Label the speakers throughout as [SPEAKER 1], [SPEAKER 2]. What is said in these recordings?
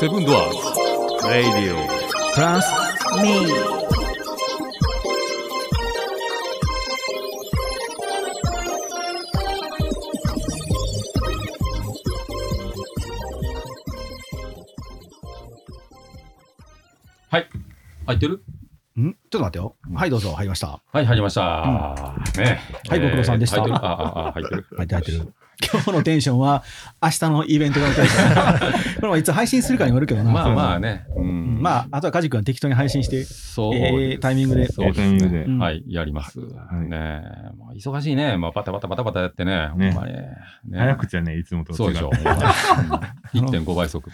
[SPEAKER 1] セブンドアーズラディオプラス
[SPEAKER 2] メイ
[SPEAKER 3] はい。入ってる
[SPEAKER 4] んちょっと待ってよ。はい、どうぞ、入りました。
[SPEAKER 3] はい、入りました。ねえ。
[SPEAKER 4] はいご苦労さんでした
[SPEAKER 3] 入ってるああ、あ入って る。
[SPEAKER 4] 入ってる、入ってる。今日のテンションは、明日のイベントがのテンション。 これはいつ配信するかによるけどな。
[SPEAKER 3] まあまあ
[SPEAKER 4] ね。
[SPEAKER 3] ね。う
[SPEAKER 4] うん
[SPEAKER 3] ん
[SPEAKER 4] まあ、あとはカジ君は適当に配信して、
[SPEAKER 3] そうですね
[SPEAKER 4] ええタイミングで。
[SPEAKER 3] そうです
[SPEAKER 1] タイミングで
[SPEAKER 4] うん
[SPEAKER 3] はい、やります。ね
[SPEAKER 1] い
[SPEAKER 3] えまあ忙しいね。まあ、バタバタバタバタやってね。ほん
[SPEAKER 1] ね
[SPEAKER 3] まに。ね
[SPEAKER 1] 早口やねいつもと違って
[SPEAKER 3] そうでしょ。ほんまに 1.5倍速。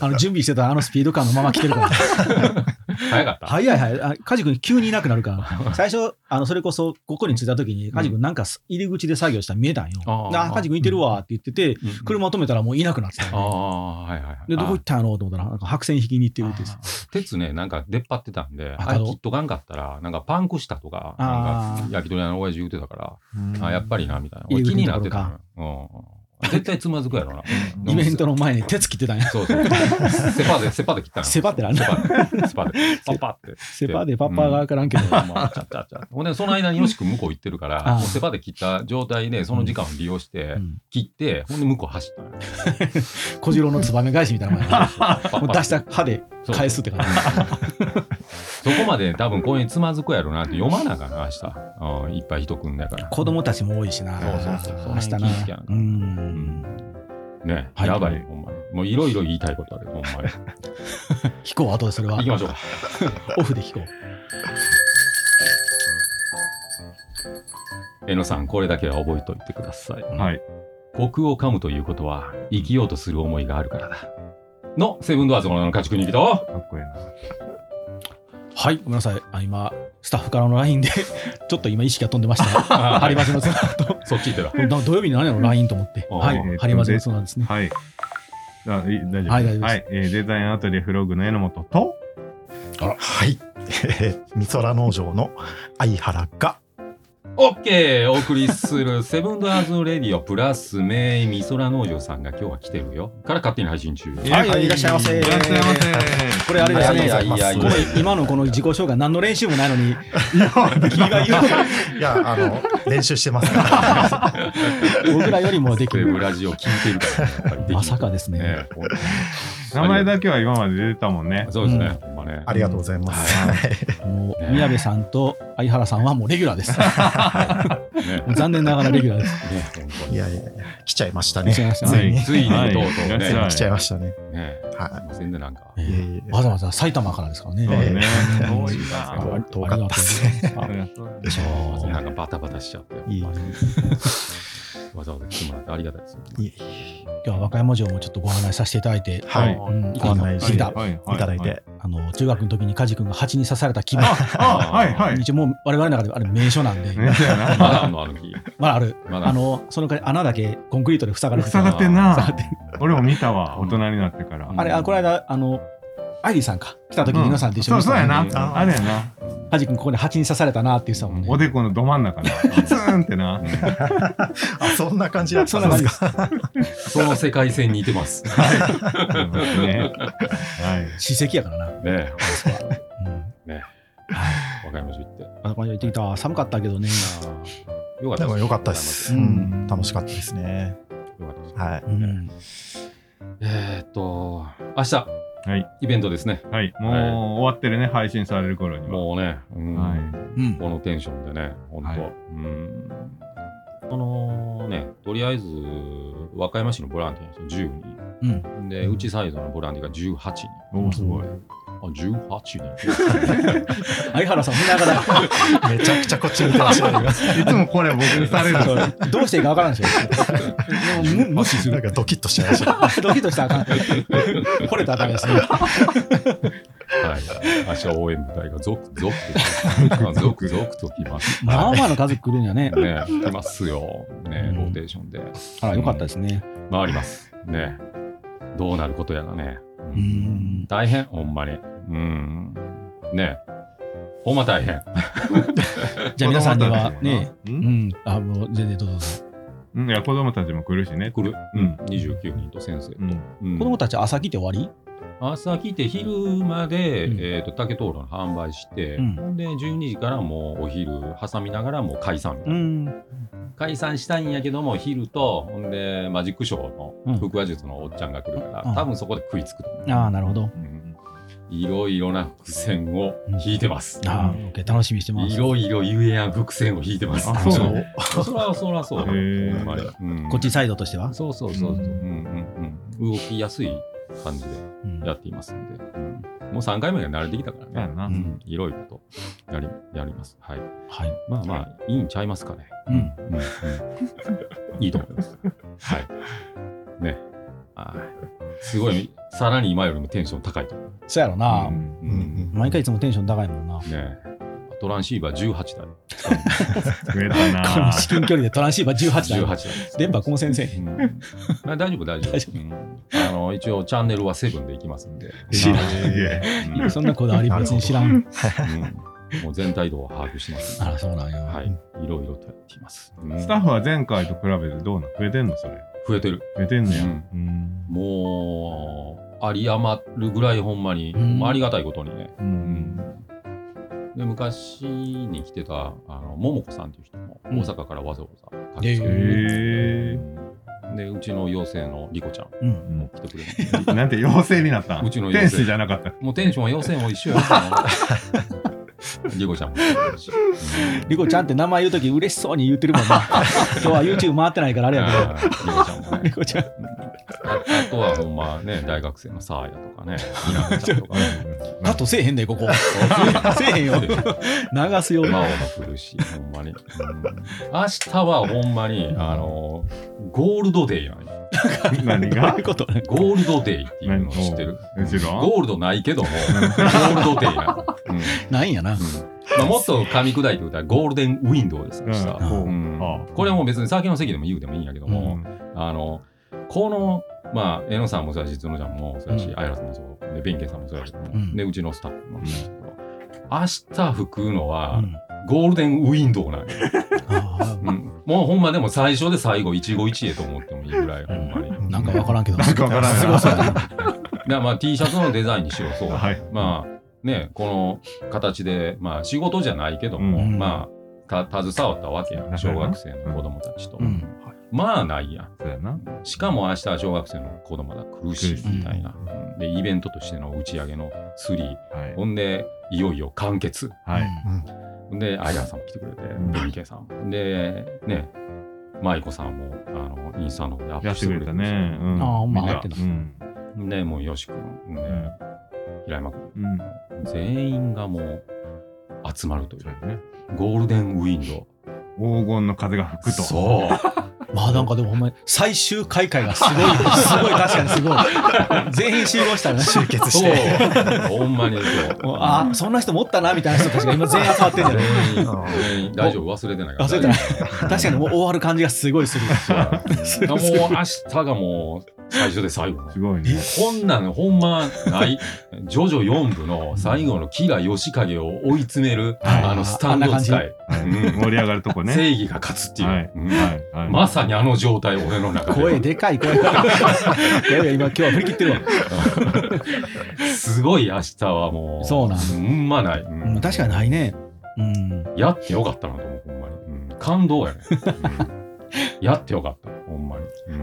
[SPEAKER 4] あの準備してたあのスピード感のまま来て るから。
[SPEAKER 3] 早かった。
[SPEAKER 4] 早い早い。あカジ君急にいなくなる から。最初、あのそれこそここに着いた時に、カジ君なんか入り口で作業したら見えたんよ。
[SPEAKER 3] あー
[SPEAKER 4] であ、カジ君いてるわって言ってて、
[SPEAKER 3] うんうん
[SPEAKER 4] 車止めたらもういなくなってた
[SPEAKER 3] あ
[SPEAKER 4] よ。
[SPEAKER 3] あ、はいはいはい。
[SPEAKER 4] で、どこ行ったんやろうと思ったら、なんか白線引きに行って
[SPEAKER 3] あ
[SPEAKER 4] 言うてさ。
[SPEAKER 3] ー鉄ね、なんか出っ張ってたんで、
[SPEAKER 4] あ
[SPEAKER 3] あれ切っとかんかったら、なんかパンクしたとか、
[SPEAKER 4] あー
[SPEAKER 3] なんか焼き鳥屋の親父言うてたから、
[SPEAKER 1] うん
[SPEAKER 3] あ、やっぱりな、みたいな。
[SPEAKER 4] 入
[SPEAKER 3] 俺
[SPEAKER 4] り口
[SPEAKER 3] 気
[SPEAKER 4] の
[SPEAKER 3] に
[SPEAKER 4] とこ
[SPEAKER 3] なっ
[SPEAKER 4] ろ
[SPEAKER 3] て
[SPEAKER 4] か
[SPEAKER 3] たのようん。絶対つまずくやろな。
[SPEAKER 4] イベントの前に手つきってたん や。
[SPEAKER 3] そうそう。セ パで、セパで切ったのよ。
[SPEAKER 4] セパってなん
[SPEAKER 3] セ
[SPEAKER 4] だ。
[SPEAKER 3] パで、セパで、パパって。
[SPEAKER 4] セパでパッパーがわからんけど。
[SPEAKER 3] まあちゃっちゃっちゃほんで、その間によしく向こう行ってるから、
[SPEAKER 4] あー
[SPEAKER 3] もうセパで切った状態で、その時間を利用して
[SPEAKER 4] う、ん
[SPEAKER 3] 切って、ほんで向こう走ったのよ。
[SPEAKER 4] 小次郎のツバメ返しみたいなもんや
[SPEAKER 3] パ
[SPEAKER 4] もう
[SPEAKER 3] パ
[SPEAKER 4] 出した歯で返すって感じ。
[SPEAKER 3] そこまで多分こういうつまずくやろなって読まなあかんな、明日。うん、いっぱい人来んだか ら。
[SPEAKER 4] 子供たちも多いしな。
[SPEAKER 3] そうそうそうそう
[SPEAKER 4] 明日な
[SPEAKER 3] 気ぃつけなあ。か
[SPEAKER 4] うんん。
[SPEAKER 3] ね、
[SPEAKER 4] はい
[SPEAKER 3] やばい、ほんまに。もういろいろ言いたいことある、ほんまに。
[SPEAKER 4] 聞こう、後でそれは
[SPEAKER 3] 行き。ましょうか。
[SPEAKER 4] オフで聞こう。
[SPEAKER 3] えのさん、これだけは覚えといてください。
[SPEAKER 1] はい
[SPEAKER 3] 虚空を噛むということは、生きようとする思いがあるからだ。の、セブンドアーズの勝ち国に来た
[SPEAKER 1] かっこいいな
[SPEAKER 4] はい、ごめんなさい。あ今、スタッフからの LINE で、 ちょっと今意識が飛んでましたね。ハリマジのツナと。
[SPEAKER 3] そっち行ってた。
[SPEAKER 4] な土曜日に何やろ ?LINE と思って。
[SPEAKER 3] あー
[SPEAKER 4] は
[SPEAKER 3] え
[SPEAKER 1] ー
[SPEAKER 4] い、
[SPEAKER 1] と
[SPEAKER 4] ハリマジのツナですね。
[SPEAKER 1] はいあいい大丈夫
[SPEAKER 4] はい大丈夫です
[SPEAKER 1] はい、えーデザインアートリエフログの榎本と
[SPEAKER 5] あら、はい。えー、みそら農場の相原が、
[SPEAKER 3] オッケーお送りする、セブンドアーズレディオプラス名美空農場さんが今日は来てるよ。から勝手に配信中。
[SPEAKER 4] はいいらっしゃいませ
[SPEAKER 1] いらっしゃいま
[SPEAKER 4] これあれですね。
[SPEAKER 3] いやいやいやい
[SPEAKER 4] ご
[SPEAKER 3] や
[SPEAKER 4] めん今のこの自己紹介、何の練習もないのに、君が言う
[SPEAKER 5] いや、あの、練習してますから。
[SPEAKER 4] 僕らよりもでき
[SPEAKER 3] ウェブ
[SPEAKER 4] る。
[SPEAKER 3] ラジオ聞いてるから、やっぱりできる
[SPEAKER 4] まさかですね。
[SPEAKER 3] ねほんと
[SPEAKER 1] せ名前だけは今まで出てたもんね
[SPEAKER 3] そうですね、ほんまね。
[SPEAKER 5] ありがとうございます。はい
[SPEAKER 4] もう宮部さんと相原さんはもうレギュラーです。
[SPEAKER 3] ね
[SPEAKER 4] 残念ながらレギュラーです。
[SPEAKER 3] ねほんと
[SPEAKER 5] い
[SPEAKER 3] に
[SPEAKER 5] やいやいや、来ちゃいましたね。
[SPEAKER 4] 来ちゃいましたね
[SPEAKER 5] ついに。
[SPEAKER 3] ついに
[SPEAKER 1] はい
[SPEAKER 3] とうとう
[SPEAKER 1] いら
[SPEAKER 3] ね
[SPEAKER 1] っ
[SPEAKER 5] 来ちゃいましたね。
[SPEAKER 3] ね。す
[SPEAKER 5] はい
[SPEAKER 3] ませんね、なんか。
[SPEAKER 5] い。いえいえ。
[SPEAKER 4] わざわざ埼玉からですからね。
[SPEAKER 1] そうね
[SPEAKER 4] ええ
[SPEAKER 1] 多いな
[SPEAKER 5] 遠かったですね。
[SPEAKER 4] ありがとうございます
[SPEAKER 3] でしょなんかバタバタしちゃって。
[SPEAKER 5] いい
[SPEAKER 3] わざわざ来てもらってありがたいですよね。
[SPEAKER 5] いえい
[SPEAKER 4] 今日は和歌山城もちょっとご案内させていただいて、
[SPEAKER 5] はい
[SPEAKER 4] うん
[SPEAKER 5] ご案内して
[SPEAKER 4] いた
[SPEAKER 1] はい
[SPEAKER 5] えいただ いて。
[SPEAKER 4] あの中学の時に梶君が蜂に刺された木も、
[SPEAKER 1] あはいはい
[SPEAKER 4] 一応もう我々の中ではあれ名所なんで、
[SPEAKER 1] ねそうやな
[SPEAKER 3] まだあんのあの日。
[SPEAKER 4] まだある、
[SPEAKER 3] まだ
[SPEAKER 4] あのその代わり穴だけコンクリートで塞がれて
[SPEAKER 1] 塞が
[SPEAKER 4] た。
[SPEAKER 1] ってん
[SPEAKER 4] 塞が
[SPEAKER 1] な
[SPEAKER 4] ってる
[SPEAKER 1] 俺も見たわ大人になってから
[SPEAKER 3] うん
[SPEAKER 4] あれ、あこの間、あの、アイリーさんか、来た時に皆さんと一緒に
[SPEAKER 1] うんそうそうやな
[SPEAKER 3] うん
[SPEAKER 1] あれやな
[SPEAKER 4] 梶君、ここで蜂に刺されたなって言ってたもんね。
[SPEAKER 1] おでこのど真ん中なツーンってな
[SPEAKER 5] あ、そんな感じだっ
[SPEAKER 4] そ
[SPEAKER 5] た
[SPEAKER 4] ん
[SPEAKER 5] ん
[SPEAKER 4] な
[SPEAKER 5] で
[SPEAKER 4] 感じで
[SPEAKER 5] すか。
[SPEAKER 4] す。
[SPEAKER 3] その世界線にいてます。
[SPEAKER 1] ねはい
[SPEAKER 4] 史跡やからな。うん
[SPEAKER 3] ね
[SPEAKER 4] あ
[SPEAKER 3] 和歌山市行って。
[SPEAKER 4] これ行ってきた。寒かったけどね。
[SPEAKER 3] よかった
[SPEAKER 5] でも良かったです。
[SPEAKER 4] う
[SPEAKER 5] うんん。楽しかったですね。
[SPEAKER 3] よかったです
[SPEAKER 5] はい。
[SPEAKER 4] うん
[SPEAKER 3] えーっと、明日、
[SPEAKER 1] はい
[SPEAKER 3] イベントですね。
[SPEAKER 1] はい、もう
[SPEAKER 3] はい
[SPEAKER 1] 終わってるね、配信される頃には。
[SPEAKER 3] もうね、うん
[SPEAKER 1] はい
[SPEAKER 4] うん
[SPEAKER 3] このテンションでね、本当、
[SPEAKER 1] はい
[SPEAKER 3] うん。このね、とりあえず、和歌山市のボランティアの人10人。
[SPEAKER 4] うん
[SPEAKER 3] で、うちサイズのボランティアが18人。
[SPEAKER 1] おーすごい。
[SPEAKER 3] あ、18人。
[SPEAKER 4] 相原さん見ながら
[SPEAKER 5] めちゃくちゃこっち見てましたね。
[SPEAKER 1] いつもこれ僕にされる。
[SPEAKER 4] そうどうしていいかわからんでしょ。でもむ無視す
[SPEAKER 5] なん
[SPEAKER 4] る。
[SPEAKER 5] かドキッとしちゃいました。
[SPEAKER 4] ドキッとしたらあかん。惚れたらダメですね。
[SPEAKER 3] はい。明日応援部隊が続々 と、続々と来ます。
[SPEAKER 4] まあまあの数来るんやね。
[SPEAKER 3] ね、来ますよ。ね
[SPEAKER 4] う、ん
[SPEAKER 3] ローテーションで
[SPEAKER 4] あら、よかったですね。
[SPEAKER 3] 回ります。ね。どうなることやらね。
[SPEAKER 4] うーん。
[SPEAKER 3] 大変、ほんまに。うん。ね。ほんま大変。
[SPEAKER 4] じゃあ皆さんには
[SPEAKER 1] 子供たちもな
[SPEAKER 4] ね、う
[SPEAKER 1] うん
[SPEAKER 4] ん、あ、もう全然どうぞどうぞ。
[SPEAKER 1] うん、いや子供たちも来るしね。
[SPEAKER 3] 来る、うん、29人と先生と
[SPEAKER 1] う。ん。
[SPEAKER 3] うん
[SPEAKER 4] 子供たち朝来て終わり
[SPEAKER 3] 朝来て昼まで、
[SPEAKER 4] うん
[SPEAKER 3] えー、と竹灯籠の販売して、
[SPEAKER 4] うん
[SPEAKER 3] ほんで12時からもうお昼挟みながらもう解散みたいな、
[SPEAKER 4] ん。
[SPEAKER 3] 解散したいんやけども昼とほんでマジックショーの腹話術のおっちゃんが来るから、
[SPEAKER 4] うん
[SPEAKER 3] 多分そこで食いつくと思う
[SPEAKER 4] ああ、なるほど。
[SPEAKER 1] うん
[SPEAKER 3] いろいろな伏線を引いてます、
[SPEAKER 4] ああ、オッケー楽しみにしてま
[SPEAKER 3] い
[SPEAKER 4] す。
[SPEAKER 3] ろいろゆえやん伏線を引いてます
[SPEAKER 1] あそう
[SPEAKER 3] そらそらそう
[SPEAKER 1] へー
[SPEAKER 3] ほんまにうん
[SPEAKER 4] こっちサイドとしては。
[SPEAKER 3] そうそうそうそう、うんうんうん、動きやすい感じで
[SPEAKER 4] うん
[SPEAKER 3] やっていますんで、うんもう3回目が慣れてきたからね
[SPEAKER 1] そうやな
[SPEAKER 3] う。ん、いろいろとやり やります。はい、
[SPEAKER 4] はい。
[SPEAKER 3] まあまあ、いいんちゃいますかね。
[SPEAKER 4] うん。
[SPEAKER 3] うんうんいいと思います。はい。ね。はい。すごい、さらに今よりもテンション高いと思う。
[SPEAKER 4] そうやろな。
[SPEAKER 1] うん
[SPEAKER 6] うんうん
[SPEAKER 4] 毎回いつもテンション高いもんな。
[SPEAKER 3] ねトランシーバー18台。
[SPEAKER 1] 増えた
[SPEAKER 4] この
[SPEAKER 1] な。
[SPEAKER 4] 至近距離でトランシーバー18台。
[SPEAKER 3] 18台。
[SPEAKER 4] 電波混戦せえへ。
[SPEAKER 3] うんんあ大丈夫、大丈夫
[SPEAKER 4] 大丈夫
[SPEAKER 3] うんあの。一応、チャンネルはセブンでいきます んで。
[SPEAKER 1] 知らん
[SPEAKER 6] すげえ
[SPEAKER 3] うん
[SPEAKER 4] そんなこだわり別に知らん。
[SPEAKER 3] うんもう全体度を把握してますんで。
[SPEAKER 4] あら、そうなんや。
[SPEAKER 3] はい。いろいろとやっています。うん
[SPEAKER 1] スタッフは前回と比べてどうなん増えてんのそれ。
[SPEAKER 3] 増えてる。
[SPEAKER 1] 増えてんのや。
[SPEAKER 3] う
[SPEAKER 1] うんん。
[SPEAKER 3] もう、あり余るぐらいほんまに、
[SPEAKER 4] うん
[SPEAKER 3] まあありがたいことにね。
[SPEAKER 1] う。
[SPEAKER 3] うんんで昔に来てたあの桃子さんっていう人も大
[SPEAKER 4] うん
[SPEAKER 3] 阪からわざわざ来てくれ
[SPEAKER 1] へ
[SPEAKER 3] て、うんでうちの妖精のリコちゃん
[SPEAKER 4] うん。
[SPEAKER 3] も来てくれて、
[SPEAKER 1] なんて妖精になったん
[SPEAKER 3] うちの
[SPEAKER 1] 天
[SPEAKER 3] 妖精
[SPEAKER 1] 使じゃなかった。
[SPEAKER 3] もうテンションは妖精も一緒やなリコちゃんも来てくれるし、うん
[SPEAKER 4] リコちゃんって名前言うとき嬉しそうに言ってるも んな。今日は YouTube 回ってないからあれや
[SPEAKER 3] あーリコちゃんも
[SPEAKER 4] けど。リ
[SPEAKER 3] ね
[SPEAKER 4] コちゃん。
[SPEAKER 3] ああとはほんまね大学生のサーヤとかねひなこちゃんとかね
[SPEAKER 4] カ ットせえへんで、ここ。せえへ んよ。流すよ。
[SPEAKER 3] 魔王も来るし、ほんまに。うん明日はほんまに、あのゴールドデイなんよ
[SPEAKER 1] 何
[SPEAKER 4] どう
[SPEAKER 1] が
[SPEAKER 4] いうことね。
[SPEAKER 3] ゴールドデイっていうのを知ってる。
[SPEAKER 1] うちら
[SPEAKER 3] ゴールドないけども、ゴールドデイなんようんうん
[SPEAKER 4] ないんやな。
[SPEAKER 3] まあ、もっと噛み砕いて歌うゴールデンウィンドウです、明日
[SPEAKER 1] うん
[SPEAKER 4] ほう
[SPEAKER 3] うん
[SPEAKER 1] はあ
[SPEAKER 3] これはもう別に酒の席でも言うでもいいんやけど
[SPEAKER 1] う
[SPEAKER 3] も、
[SPEAKER 1] ん
[SPEAKER 3] あの、この、まあ、えのさんもそうやし、つのちゃんもそうやし、
[SPEAKER 4] うん
[SPEAKER 3] あやらさんもそう、で、弁慶さんもそうやし、
[SPEAKER 4] ん
[SPEAKER 3] で、うちのスタッフも、明日吹くの
[SPEAKER 4] う
[SPEAKER 3] は、
[SPEAKER 4] ん
[SPEAKER 3] ゴールデンウィンドウなんよ
[SPEAKER 4] あ
[SPEAKER 3] うんもうほんまでも最初で最後一期一会と思ってもいいぐらいほんまに。
[SPEAKER 4] ーなんかわからんけど。
[SPEAKER 1] なんかわからん
[SPEAKER 4] すごそうやな。
[SPEAKER 3] だからまあ T シャツのデザインにしろそう。
[SPEAKER 1] はい
[SPEAKER 3] まあねこの形でまあ仕事じゃないけども、
[SPEAKER 1] うん
[SPEAKER 3] まあた携わったわけやん
[SPEAKER 1] なるほ
[SPEAKER 3] 小
[SPEAKER 1] ど
[SPEAKER 3] 学
[SPEAKER 1] な
[SPEAKER 3] 生の子供たちと。
[SPEAKER 4] うん。
[SPEAKER 3] まあないやん。
[SPEAKER 1] そうやな。
[SPEAKER 3] しかも明日は小学生の子供が来るし
[SPEAKER 1] うん
[SPEAKER 3] みたいな。うんでイベントとしての打ち上げの3。
[SPEAKER 1] はい
[SPEAKER 3] ほんでいよいよ完結。
[SPEAKER 1] はい。
[SPEAKER 3] ほんで、アイラさんも来てくれて、
[SPEAKER 1] ん
[SPEAKER 3] ベンケイさんも。で、ね、マイコさんも、あの、インスタの方でアッ
[SPEAKER 1] や
[SPEAKER 3] プ
[SPEAKER 1] っ
[SPEAKER 3] してて
[SPEAKER 1] く
[SPEAKER 3] く
[SPEAKER 1] れ
[SPEAKER 3] れて
[SPEAKER 1] たね。うん
[SPEAKER 4] ああほんま
[SPEAKER 1] み
[SPEAKER 4] やってた
[SPEAKER 1] うん
[SPEAKER 3] で、もう、よし君、ん
[SPEAKER 1] う
[SPEAKER 3] ね
[SPEAKER 1] ん、
[SPEAKER 3] 平山君、
[SPEAKER 1] うん。
[SPEAKER 3] 全員がもう、集まるとい
[SPEAKER 1] そう
[SPEAKER 3] う。
[SPEAKER 1] やね。
[SPEAKER 3] ゴールデンウィンド
[SPEAKER 1] 黄金の風が吹
[SPEAKER 3] ウ。
[SPEAKER 1] くと。
[SPEAKER 3] そう。
[SPEAKER 4] まあなんかでもほんまに最終開会がすご い、すごい確かにすごい。全員集合したよね。
[SPEAKER 6] 集結し
[SPEAKER 3] そう
[SPEAKER 6] て。
[SPEAKER 3] ほんまに そう。
[SPEAKER 4] もうあそんな人持ったなみたいな人たちが今全員集まってん じゃない
[SPEAKER 3] 全員
[SPEAKER 6] うん、
[SPEAKER 3] 全員、大丈夫忘れてないから。
[SPEAKER 4] 忘れてない
[SPEAKER 3] 大丈夫。
[SPEAKER 4] 確かにもう終わる感じがすごいする。
[SPEAKER 3] そうだもう、明日がもう、最初で最後の
[SPEAKER 1] す。ごいね。
[SPEAKER 3] こんなんほんまない。ジョジョ4部の最後の吉良義景を追い詰める、
[SPEAKER 4] はい
[SPEAKER 3] あのスタンド使
[SPEAKER 4] あん
[SPEAKER 3] い、
[SPEAKER 1] はい
[SPEAKER 3] うん
[SPEAKER 1] 盛り上がるとこね。
[SPEAKER 3] 正義が勝つっていう、
[SPEAKER 1] はい
[SPEAKER 3] うん
[SPEAKER 1] はいはい。
[SPEAKER 3] まさにあの状態、俺の中
[SPEAKER 4] 声
[SPEAKER 3] で。
[SPEAKER 4] でかい声が。 いやいや今今日は振り切ってるわ。
[SPEAKER 3] すごい明日はもう、
[SPEAKER 4] そうなん
[SPEAKER 3] んまない、うん
[SPEAKER 4] うん確かにないね。うん。
[SPEAKER 3] やってよかったなと思う、ほんまに。うん感動やね。うんやってよかった、ほんまに。うん、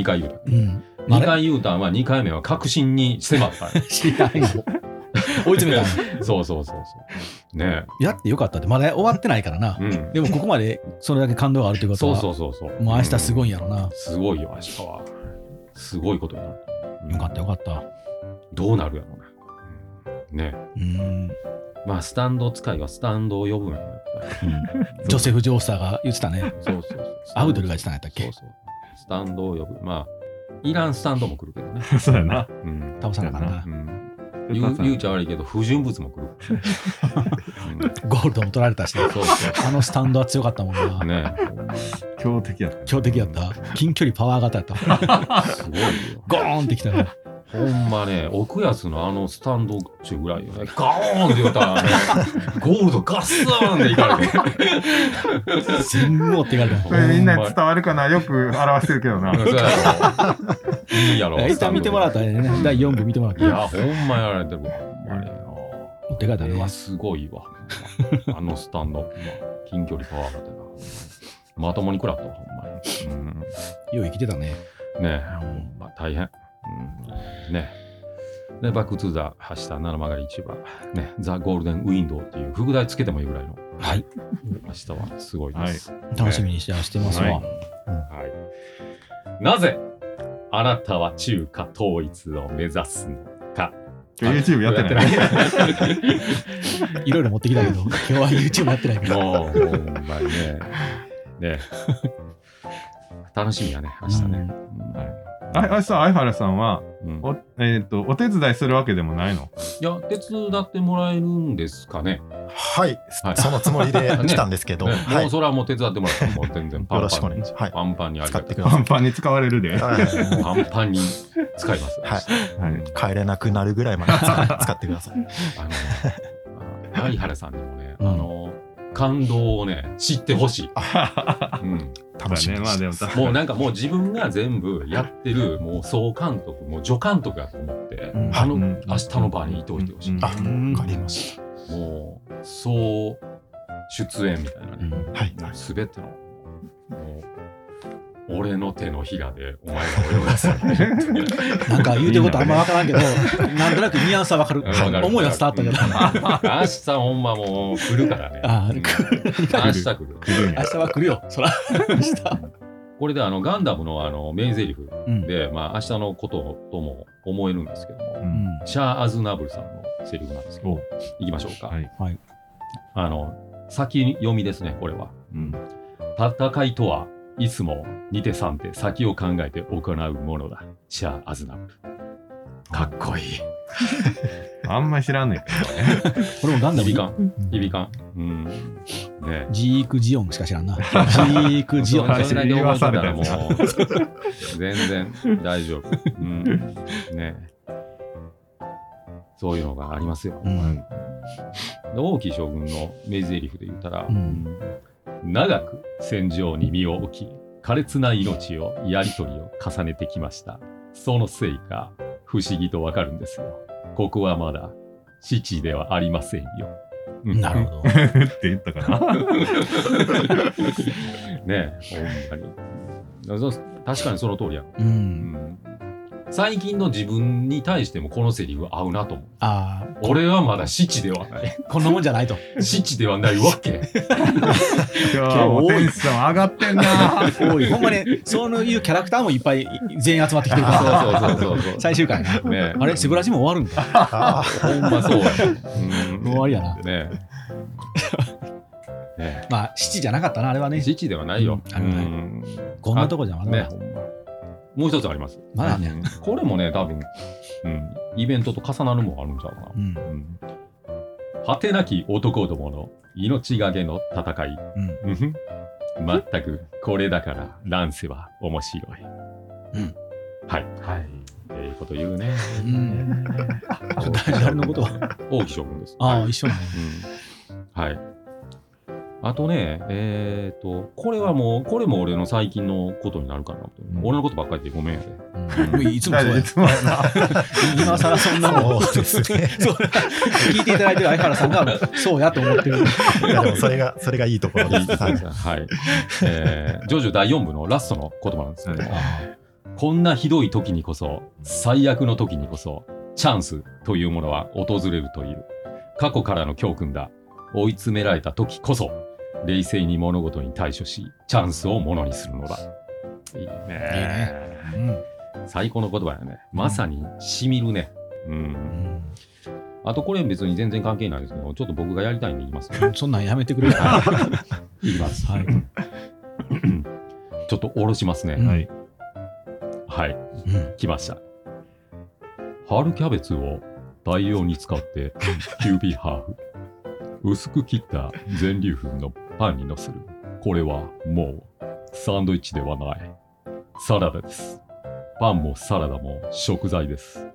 [SPEAKER 3] 2回言うた。
[SPEAKER 4] うん。あ
[SPEAKER 3] 2
[SPEAKER 4] れ
[SPEAKER 3] 回言うたんは2回目は確信に迫ったんよ
[SPEAKER 4] 知らん よ。追い詰めたんや。
[SPEAKER 3] そうそうそうそう。ね
[SPEAKER 4] やってよかったって、まだ終わってないからな
[SPEAKER 3] え。。うん
[SPEAKER 4] でもここまでそれだけ感動があるということ
[SPEAKER 3] そう
[SPEAKER 4] は、
[SPEAKER 3] そううそうそう。
[SPEAKER 4] もう明日すごいんやろ
[SPEAKER 3] う。
[SPEAKER 4] なん
[SPEAKER 3] すごいよ、明日は。すごいことになる。
[SPEAKER 4] よかったよかった。
[SPEAKER 3] どうなるやろうね。ね
[SPEAKER 4] うん。
[SPEAKER 3] まあ、スタンド使いはスタンドを呼ぶんやろやっぱり
[SPEAKER 4] ジョセフ・ジョースターが言ってたね。
[SPEAKER 3] そうそうそう。
[SPEAKER 4] アウドルが言ってたんやったっけ
[SPEAKER 3] そうそう。スタンドを呼ぶ。まあ、イランスタンドも来るけどね。
[SPEAKER 1] そうやな。
[SPEAKER 3] うん。
[SPEAKER 4] 倒さなあかったな
[SPEAKER 3] う。ん、言う言うちゃ悪いけど、不純物も来る。 うん、
[SPEAKER 4] ゴールドも取られたし、
[SPEAKER 3] そうそ
[SPEAKER 4] あのスタンドは強かったもん
[SPEAKER 3] う。
[SPEAKER 4] な。
[SPEAKER 3] ね
[SPEAKER 1] 強敵やった。
[SPEAKER 4] 強敵やった。近距離パワー型やった。
[SPEAKER 3] すごいよ。
[SPEAKER 4] ゴーンってきたから。
[SPEAKER 3] ほんまね、奥安のあのスタンドっちゅうぐらいよね、ガーンって言うたらね、ゴールドガッサーンっていかれて。
[SPEAKER 4] 全部持っていかれた
[SPEAKER 1] これみんなに伝わるかなよく表してるけど な。
[SPEAKER 3] そうやろいい やろ。
[SPEAKER 4] 一旦見てもらったらね、第4部見てもらっ
[SPEAKER 3] い
[SPEAKER 4] たら、
[SPEAKER 3] や、ほんまやられてる。ほんまに
[SPEAKER 4] 持ってかれた
[SPEAKER 3] あれ
[SPEAKER 4] ね
[SPEAKER 3] は。すごいわ。あのスタンド。まあ近距離パワーだったな。まともに食らったわ、ほんまに。
[SPEAKER 1] うん
[SPEAKER 4] よう生きてたね。
[SPEAKER 3] ねえ、ほんま大変。うん、ねえ。で、バックトゥーザ走った七曲がり市場、ね、ザ・ゴールデンウィンドウっていう副題つけてもいいぐらいの、
[SPEAKER 4] はい。
[SPEAKER 3] 明日はすごいです。
[SPEAKER 4] 楽しみにしてしてます
[SPEAKER 1] は
[SPEAKER 4] わ
[SPEAKER 1] い。
[SPEAKER 3] はい。なぜ、あなたは中華統一を目指すのか。
[SPEAKER 1] YouTube やってない。
[SPEAKER 4] いろいろ持ってきたけ ど、今日は YouTube やってないから。
[SPEAKER 3] もう、ほんまにね。ね楽しみやね、明日ね。うんはい
[SPEAKER 1] あ、あさ、相原さんは、
[SPEAKER 3] うん
[SPEAKER 1] お、えっと、お手伝いするわけでもないの
[SPEAKER 3] いや、手伝ってもらえるんですかね。
[SPEAKER 6] はい、
[SPEAKER 3] はい
[SPEAKER 6] そのつもりで来たんですけ ど、
[SPEAKER 3] ね
[SPEAKER 6] は
[SPEAKER 3] も、
[SPEAKER 6] いう
[SPEAKER 3] それはもう手伝ってもらっても、全然パ
[SPEAKER 6] よ
[SPEAKER 3] ン
[SPEAKER 6] ろしく
[SPEAKER 3] パ
[SPEAKER 6] お
[SPEAKER 3] ン
[SPEAKER 6] 願い
[SPEAKER 3] に
[SPEAKER 6] し。ます。
[SPEAKER 3] パンパンにあ
[SPEAKER 6] はい、
[SPEAKER 3] り
[SPEAKER 6] 使
[SPEAKER 3] が
[SPEAKER 6] ったて
[SPEAKER 3] い
[SPEAKER 6] くだ
[SPEAKER 1] パ
[SPEAKER 6] さ
[SPEAKER 1] ンパンに使われるで。
[SPEAKER 6] い。
[SPEAKER 1] は
[SPEAKER 6] はい
[SPEAKER 3] パンパンに使います。
[SPEAKER 6] はい
[SPEAKER 1] い。
[SPEAKER 6] 帰れなくなるぐらいまで使使ってください。
[SPEAKER 3] あのね、あの相原さんにもね、
[SPEAKER 4] うん
[SPEAKER 3] あの、感動をね、知って ほしい。うん
[SPEAKER 6] 楽しみに
[SPEAKER 1] まあ
[SPEAKER 6] して
[SPEAKER 1] で
[SPEAKER 6] ま
[SPEAKER 1] も
[SPEAKER 6] す。
[SPEAKER 1] さ、
[SPEAKER 3] もうなんかもう自分が全部やってる、もう総監督、もう助監督だと思って、
[SPEAKER 4] うん
[SPEAKER 3] あの、
[SPEAKER 1] うん
[SPEAKER 3] 明日の場にいておいてほしい。
[SPEAKER 1] うん
[SPEAKER 6] あ、わかりまし
[SPEAKER 3] もう、総出演みたいな
[SPEAKER 4] う
[SPEAKER 3] ね。
[SPEAKER 4] ん
[SPEAKER 6] た。はい。
[SPEAKER 3] すべての、もう、俺の手のひらでお前が泳がせる。
[SPEAKER 4] なんか言うてることあんま分からんけど、なんとなくニュアンスは分かる。
[SPEAKER 3] わかる
[SPEAKER 4] 思いは伝わったけど。
[SPEAKER 3] 明日ほんまもう来るからね。
[SPEAKER 4] あー
[SPEAKER 3] うん
[SPEAKER 4] 来る
[SPEAKER 3] 明日来る。
[SPEAKER 1] ひどい
[SPEAKER 4] 明
[SPEAKER 1] ね。
[SPEAKER 4] 日は来るよ、そら。明日。
[SPEAKER 3] これであのガンダムのあの名台詞
[SPEAKER 4] うん
[SPEAKER 3] で、まあ明日のこととも思えるんですけども、
[SPEAKER 1] うん
[SPEAKER 3] シャア・アズナブルさんのセリフなんですけど、いきましょうか。
[SPEAKER 1] はい
[SPEAKER 4] はい
[SPEAKER 3] あの、先読みですね、これは。
[SPEAKER 1] うん
[SPEAKER 3] 戦いとはいつも似て三て先を考えて行うものだ。シャア・アズナブル。かっこいい。
[SPEAKER 1] あんまり知らんね んけ
[SPEAKER 4] 俺もガンダ
[SPEAKER 3] い
[SPEAKER 4] ム
[SPEAKER 3] びかん、いびかん。うん。ね
[SPEAKER 4] ジークジオンしか知らん な。ジークジオン
[SPEAKER 1] そう
[SPEAKER 3] それだけ覚えてたら
[SPEAKER 1] 言
[SPEAKER 3] も
[SPEAKER 1] わさ
[SPEAKER 3] う、全然大丈夫。うん。ねそういうのがありますよ。
[SPEAKER 4] うん
[SPEAKER 3] で大きい将軍の名台詞で言ったら、
[SPEAKER 4] うん
[SPEAKER 3] 長く戦場に身を置き、苛烈な命を、やり取りを重ねてきました。そのせいか、不思議とわかるんですよ。ここはまだ、父ではありませんよ。うん
[SPEAKER 4] なるほど。
[SPEAKER 1] ど。って言ったかな。
[SPEAKER 3] ねえ、ほんまに。そう確かにその通りや、
[SPEAKER 4] う。
[SPEAKER 3] うんん。最近の自分に対してもこのセリフ合うなと思う。
[SPEAKER 4] あ
[SPEAKER 3] 俺はまだ七で はない。
[SPEAKER 4] あ、こんなもんじゃ ないと。
[SPEAKER 3] 七ではないわけ。
[SPEAKER 1] 今日はもうテンション上がってんな。
[SPEAKER 4] 多い。ほんまね、そういうキャラクターもいっぱい全員集まってきてるから。
[SPEAKER 3] そうそうそうそうそう。
[SPEAKER 4] 最終回ね。
[SPEAKER 3] ねえ
[SPEAKER 4] あれ、セブラジも終わるんだ。
[SPEAKER 6] あ
[SPEAKER 3] ほんまそうや。うん
[SPEAKER 4] 終わりやな。
[SPEAKER 3] ねえ。ね
[SPEAKER 4] まあ、七じゃなかったな、あれは
[SPEAKER 3] え。
[SPEAKER 4] ね。
[SPEAKER 3] 七ではないよ。
[SPEAKER 4] うんあれはない
[SPEAKER 3] うん
[SPEAKER 4] こんなとこじゃまだま
[SPEAKER 3] ね
[SPEAKER 4] だ
[SPEAKER 3] ほんま。もう一つあります。
[SPEAKER 4] まだね。
[SPEAKER 3] これもね、多分、うん、イベントと重なるもんあるんちゃうかな。
[SPEAKER 4] うん。
[SPEAKER 3] うん果てなき男どもの命がけの戦い。
[SPEAKER 4] うん。
[SPEAKER 3] うんふん全くこれだから乱世は面白い。
[SPEAKER 4] うん
[SPEAKER 3] はい。はい。ええこと言うね。
[SPEAKER 4] うん。 誰のことは。
[SPEAKER 3] 大木将軍です。
[SPEAKER 4] あ
[SPEAKER 3] は
[SPEAKER 4] あ、
[SPEAKER 3] い
[SPEAKER 4] 一緒なの。
[SPEAKER 3] うんはい。あとね、えっ、と、これはもう、これも俺の最近のことになるかなと。
[SPEAKER 1] ん
[SPEAKER 3] 俺のことばっかりでごめんやで。
[SPEAKER 4] うんいつもそうや
[SPEAKER 1] い。つもやな。
[SPEAKER 4] 今更そんなもん。
[SPEAKER 6] あ、そうですね。
[SPEAKER 4] そう聞いていただいてる相原さんが、そうやと思ってる。
[SPEAKER 6] いやでもそれが、それがいいところです。 はい
[SPEAKER 3] はい。えー、ジョジョ第4部のラストの言葉なんですけど、
[SPEAKER 1] は
[SPEAKER 3] こんなひどい時にこそ、最悪の時にこそ、チャンスというものは訪れるという、過去からの教訓だ。追い詰められた時こそ、冷静に物事に対処し、チャンスをものにするのだ。いいね
[SPEAKER 4] いいねうん
[SPEAKER 3] 最高の言葉やね。まさにしみるね。うん。あとこれ別に全然関係ないですけど、ちょっと僕がやりたいんで言いますね。
[SPEAKER 4] うんそんなんやめてくれ。
[SPEAKER 3] 言います。
[SPEAKER 4] はい。
[SPEAKER 3] ちょっと下ろしますね。
[SPEAKER 4] うん
[SPEAKER 1] い。
[SPEAKER 3] はい。
[SPEAKER 4] うん
[SPEAKER 3] 来ました。春キャベツを培養に使って、キュービーハーフ。薄く切った全粒粉のパンにのせる。これはもうサンドイッチではない。サラダです。パンもサラダも食材です。